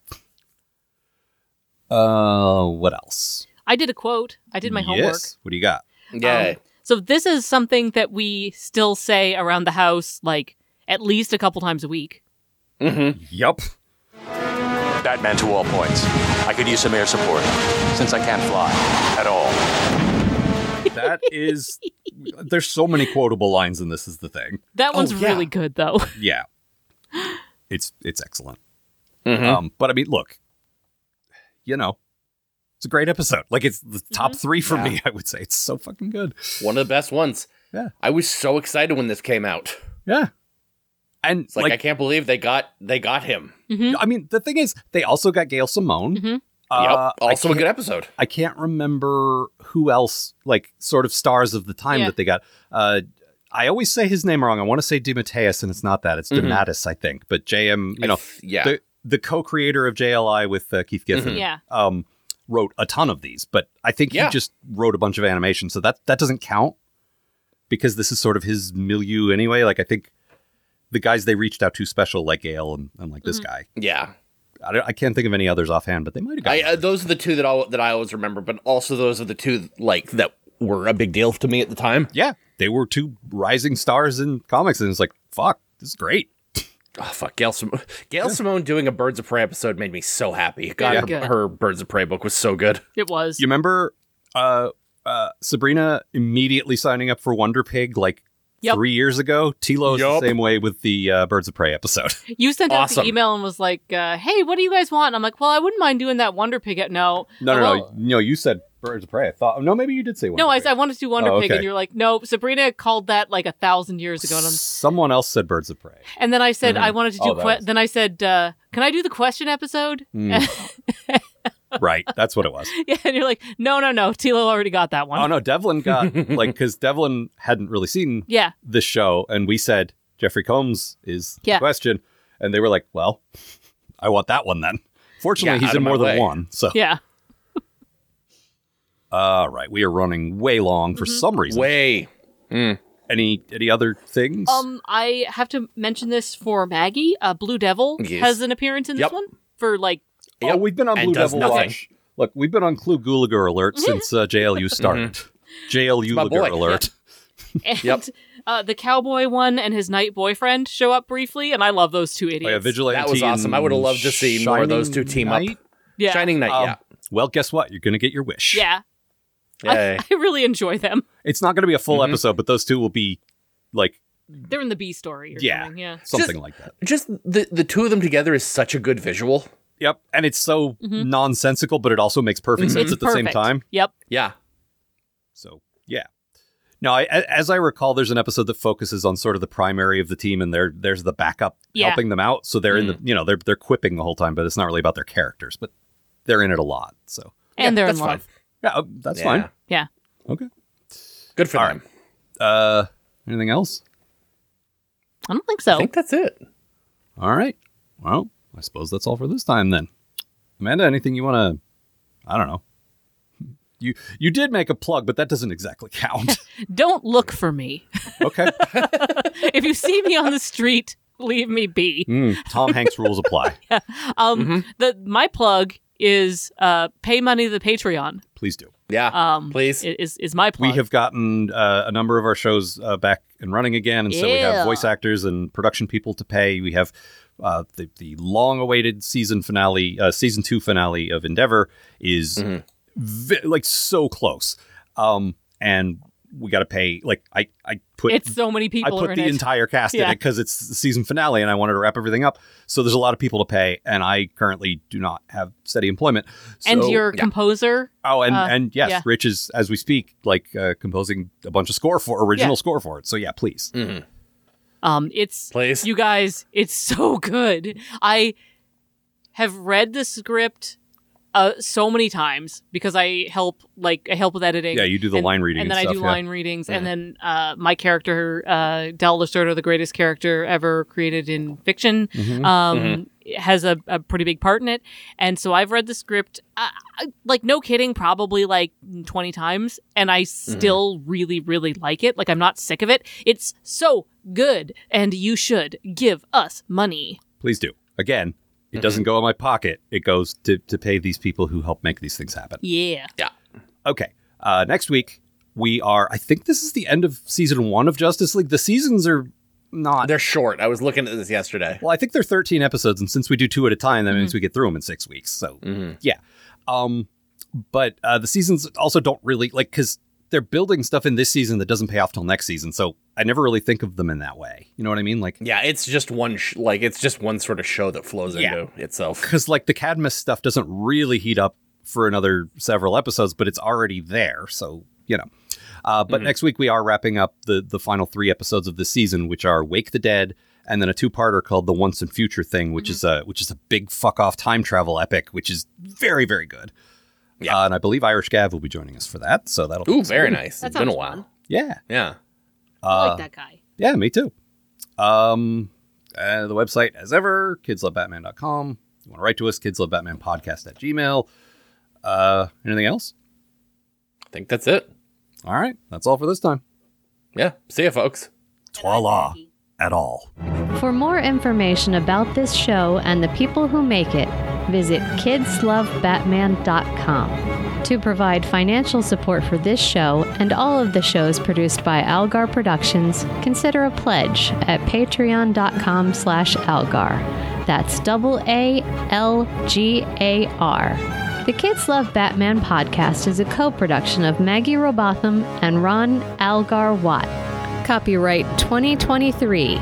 S3: Uh, what else?
S5: I did a quote. I did my homework. Um,
S3: Yes. What do you got?
S4: yeah.
S5: So this is something that we still say around the house, like at least a couple times a week.
S3: Yup.
S6: Batman to all points. I could use some air support, since I can't fly at all.
S3: That is. There's so many quotable lines in this. Is the thing.
S5: That
S4: Oh,
S5: one's
S4: yeah.
S5: really good though.
S3: Yeah. It's it's excellent.
S4: Mhm.
S3: Um, but I mean, look, you know, it's a great episode. Like it's the top three for me. I would say it's so fucking good.
S4: One of the best ones.
S3: Yeah.
S4: I was so excited when this came out.
S3: Yeah. And
S4: It's like,
S3: like,
S4: I can't believe they got they got him.
S3: I, mean, the thing is, they also got Gail Simone.
S5: Mhm.
S3: Uh,
S4: yep. Also
S3: I
S4: a
S3: can't-
S4: good episode.
S3: I can't remember who else, like, sort of stars of the time
S5: Yeah.
S3: that they got. Uh, I always say his name wrong. I want to say DeMatteis, and it's not that. It's
S4: Mhm.
S3: DeMatteis, I think. But JM, you
S4: I
S3: know,
S4: f- yeah.
S3: the the co-creator of JLI with uh, Keith Giffen,
S4: Mhm.
S5: Yeah.
S3: um, wrote a ton of these, but I think
S4: Yeah.
S3: he just wrote a bunch of animation, so that that doesn't count because this is sort of his milieu anyway. Like I think the guys they reached out to special, like Gale and, and like this guy.
S4: yeah.
S3: I, don't- I can't think of any others offhand, but they might have.
S4: Mm-hmm. I,
S3: gotten
S4: uh, those are the two that all that I always remember, but also those are the two like that were a big deal to me at the time.
S3: yeah, they were two rising stars in comics, and it's like fuck, this is great.
S4: Oh fuck, Gail, Sim- Gail Simone doing a Birds of Prey episode made me so happy.
S5: Yeah.
S4: God,
S5: Good.
S4: her, her Birds of Prey book was so good.
S5: It was.
S3: You remember uh, uh, Sabrina immediately signing up for Wonder Pig like
S5: Yep.
S3: three years ago? Tilo is
S4: Yup.
S3: the same way with the uh, Birds of Prey episode.
S5: You sent out
S4: Awesome.
S5: the email and was like, uh, "Hey, what do you guys want?" And I'm like, "Well, I wouldn't mind doing that Wonder Pig." at-" No,
S3: no, no,
S5: Well-
S3: no, no. You said Birds of Prey. I thought no, maybe you did say Wonder
S5: Oh. no, I,
S3: Pig.
S5: I wanted to do Wonder
S3: Oh,
S5: Pig,
S3: okay.
S5: and you're like, "No, Sabrina called that like a thousand years ago." And, I'm-
S3: Someone else said Birds of Prey.
S5: and then I said, "I wanted to do."
S3: Oh, that
S5: que-
S3: was-
S5: Then I said, uh, "Can I do the question episode?"
S3: Hmm. right, that's what it was.
S5: yeah, and you're like, "No, no, no, Tilo already got that one."
S3: Oh no, Devlin got like because Devlin hadn't really seen
S5: Yeah,
S3: this show, and we said Jeffrey Combs is
S5: Yeah.
S3: the question, and they were like, "Well, I want that one then." Fortunately,
S4: Yeah,
S3: he's
S4: out
S3: in
S4: of my
S3: more than
S4: way.
S3: one. So,
S5: yeah.
S3: all right, we are running way long
S5: Mm-hmm.
S3: for some reason.
S4: Way.
S3: Any any other things?
S5: Um, I have to mention this for Maggie. Uh, Blue Devil
S4: Yes.
S5: has an appearance in this
S4: Yep.
S5: one for like
S3: oh,
S4: yep,
S3: we've been on
S4: and
S3: Blue
S4: does
S3: Devil
S4: nothing.
S3: Watch. Look, we've been on Clue Gulager alert
S4: Mm-hmm.
S3: since uh, JLU started. JLU
S4: my boy.
S3: Gulager alert.
S5: and
S4: Yep.
S5: uh, the cowboy one and his night boyfriend show up briefly, and I love those two idiots.
S3: Oh, yeah, vigilante.
S4: That was awesome. I would've
S3: and
S4: loved to see more of those two
S3: Shining
S4: team up.
S3: Knight?
S5: yeah,
S4: Shining Knight,
S3: Um, Well, guess what? You're going to get your wish.
S5: yeah.
S4: yeah. Yay.
S5: I really enjoy them.
S3: It's not going to be a full
S4: Mhm.
S3: episode, but those two will be like
S5: They're in the B story. Or
S3: Yeah.
S5: something, yeah.
S3: something
S4: Just-
S3: like that.
S4: Just the the two of them together is such a good visual.
S3: Yep. And it's so
S4: Mm-hmm.
S3: nonsensical, but it also makes perfect sense
S5: It's
S3: at the same
S5: perfect.
S3: time.
S5: Yep.
S4: Yeah.
S3: So, yeah. No, I, a- as I recall, there's an episode that focuses on sort of the primary of the team, and there there's the backup
S5: Yeah.
S3: helping them out. So they're in the you know they're they're quipping the whole time, but it's not really about their characters, but they're in it a lot. So
S5: And
S4: Yeah,
S5: they're in
S4: that's
S5: love.
S3: yeah, uh, that's
S4: Yeah.
S3: fine.
S5: Yeah.
S3: Okay.
S4: Good for
S3: All
S4: them.
S3: Uh, anything else?
S5: I don't think
S4: I
S5: so.
S4: think that's it.
S3: All right. Well, I suppose that's all for this time then. Amanda, anything you want to? I don't know. You you did make a plug, but that doesn't exactly count.
S5: Don't look for me.
S3: okay.
S5: if you see me on the street, leave me be.
S3: Mm, Tom Hanks rules apply.
S5: Um,
S3: Mm-hmm.
S5: the my plug is uh, pay money to the Patreon.
S3: Please do.
S4: Yeah.
S5: Um,
S4: Please.
S5: i- is is my plug.
S3: We have gotten uh, a number of our shows uh, back and running again, and so we
S5: Yeah.
S3: have voice actors and production people to pay. We have uh, the the long awaited season finale, uh, season two finale of Endeavor is vi- like so close, um, and we got to pay. Like I I put
S5: it's so many
S3: I
S5: people are
S3: put
S5: in
S3: the
S5: it.
S3: entire cast in
S5: Yeah.
S3: it because it's the season finale and I wanted to wrap everything up. So there's a lot of people to pay, and I currently do not have steady employment. So,
S5: and your
S4: yeah.
S5: composer.
S3: oh, and
S5: uh,
S3: and yes,
S5: yeah.
S3: Rich is as we speak, like uh, composing a bunch of score for original score for it. So yeah, please.
S5: Um, it's
S4: Please.
S5: you guys. It's so good. I have read the script uh, so many times because I help like I help with editing.
S3: Yeah, you do the
S5: and-
S3: line reading and
S5: and then I
S3: stuff,
S5: do
S3: yeah.
S5: line readings, and then uh, my character, uh, Del Lacerda, the greatest character ever created in fiction,
S3: Mm-hmm.
S5: um, has a, a pretty big part in it. And so I've read the script, uh, I- like no kidding, probably like twenty times, and I
S3: Mm-hmm.
S5: still really, really like it. Like I'm not sick of it. It's so good, and you should give us money.
S3: Please do. Again, it doesn't go in my pocket. It goes to, to pay these people who help make these things happen.
S5: Yeah.
S3: Okay. Uh, next week, we are, I think this is the end of season one of Justice League. The seasons are not.
S4: They're short. I was looking at this yesterday.
S3: Well, I think they're 13 episodes, and since we do two at a time, that means we get through them in six weeks. So, yeah. Um, but uh, the seasons also don't really like because they're building stuff in this season that doesn't pay off till next season. So I never really think of them in that way. You know what I mean? Like,
S4: Yeah, it's just one sh- like it's just one sort of show that flows into itself.
S3: because like the Cadmus stuff doesn't really heat up for another several episodes, but it's already there. So you know. Uh,
S4: Mm-hmm.
S3: but next week we are wrapping up the the final three episodes of this season, which are Wake the Dead and then a two parter called The Once and Future Thing, which is a which is a big fuck off time travel epic, which is very very good.
S4: Yeah.
S3: Uh, and I believe Irish Gav will be joining us for that. So that'll
S4: Ooh, very nice.
S5: That
S4: it's been a
S5: sounds
S4: while.
S5: fun.
S3: yeah
S4: Yeah.
S5: I like that guy.
S3: yeah me too. Um, uh, the website as ever kidslovebatman.com. You want to write to us kidslovebatmanpodcast at gmail. Uh, anything else?
S4: I think that's it.
S3: All right. That's all for this time.
S4: Yeah. See ya, folks.
S1: Voila. At all.
S2: For more information about this show and the people who make it, visit kidslovebatman.com. To provide financial support for this show and all of the shows produced by Algar Productions, consider a pledge at patreon.com slash algar. That's double A L G A R. The Kids Love Batman podcast is a co production of Maggie Robotham and Ron Algar Watt. Copyright 2023,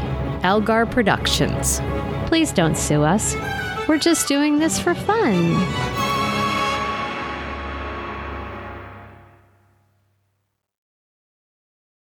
S2: Algar Productions. Please don't sue us. We're just doing this for fun.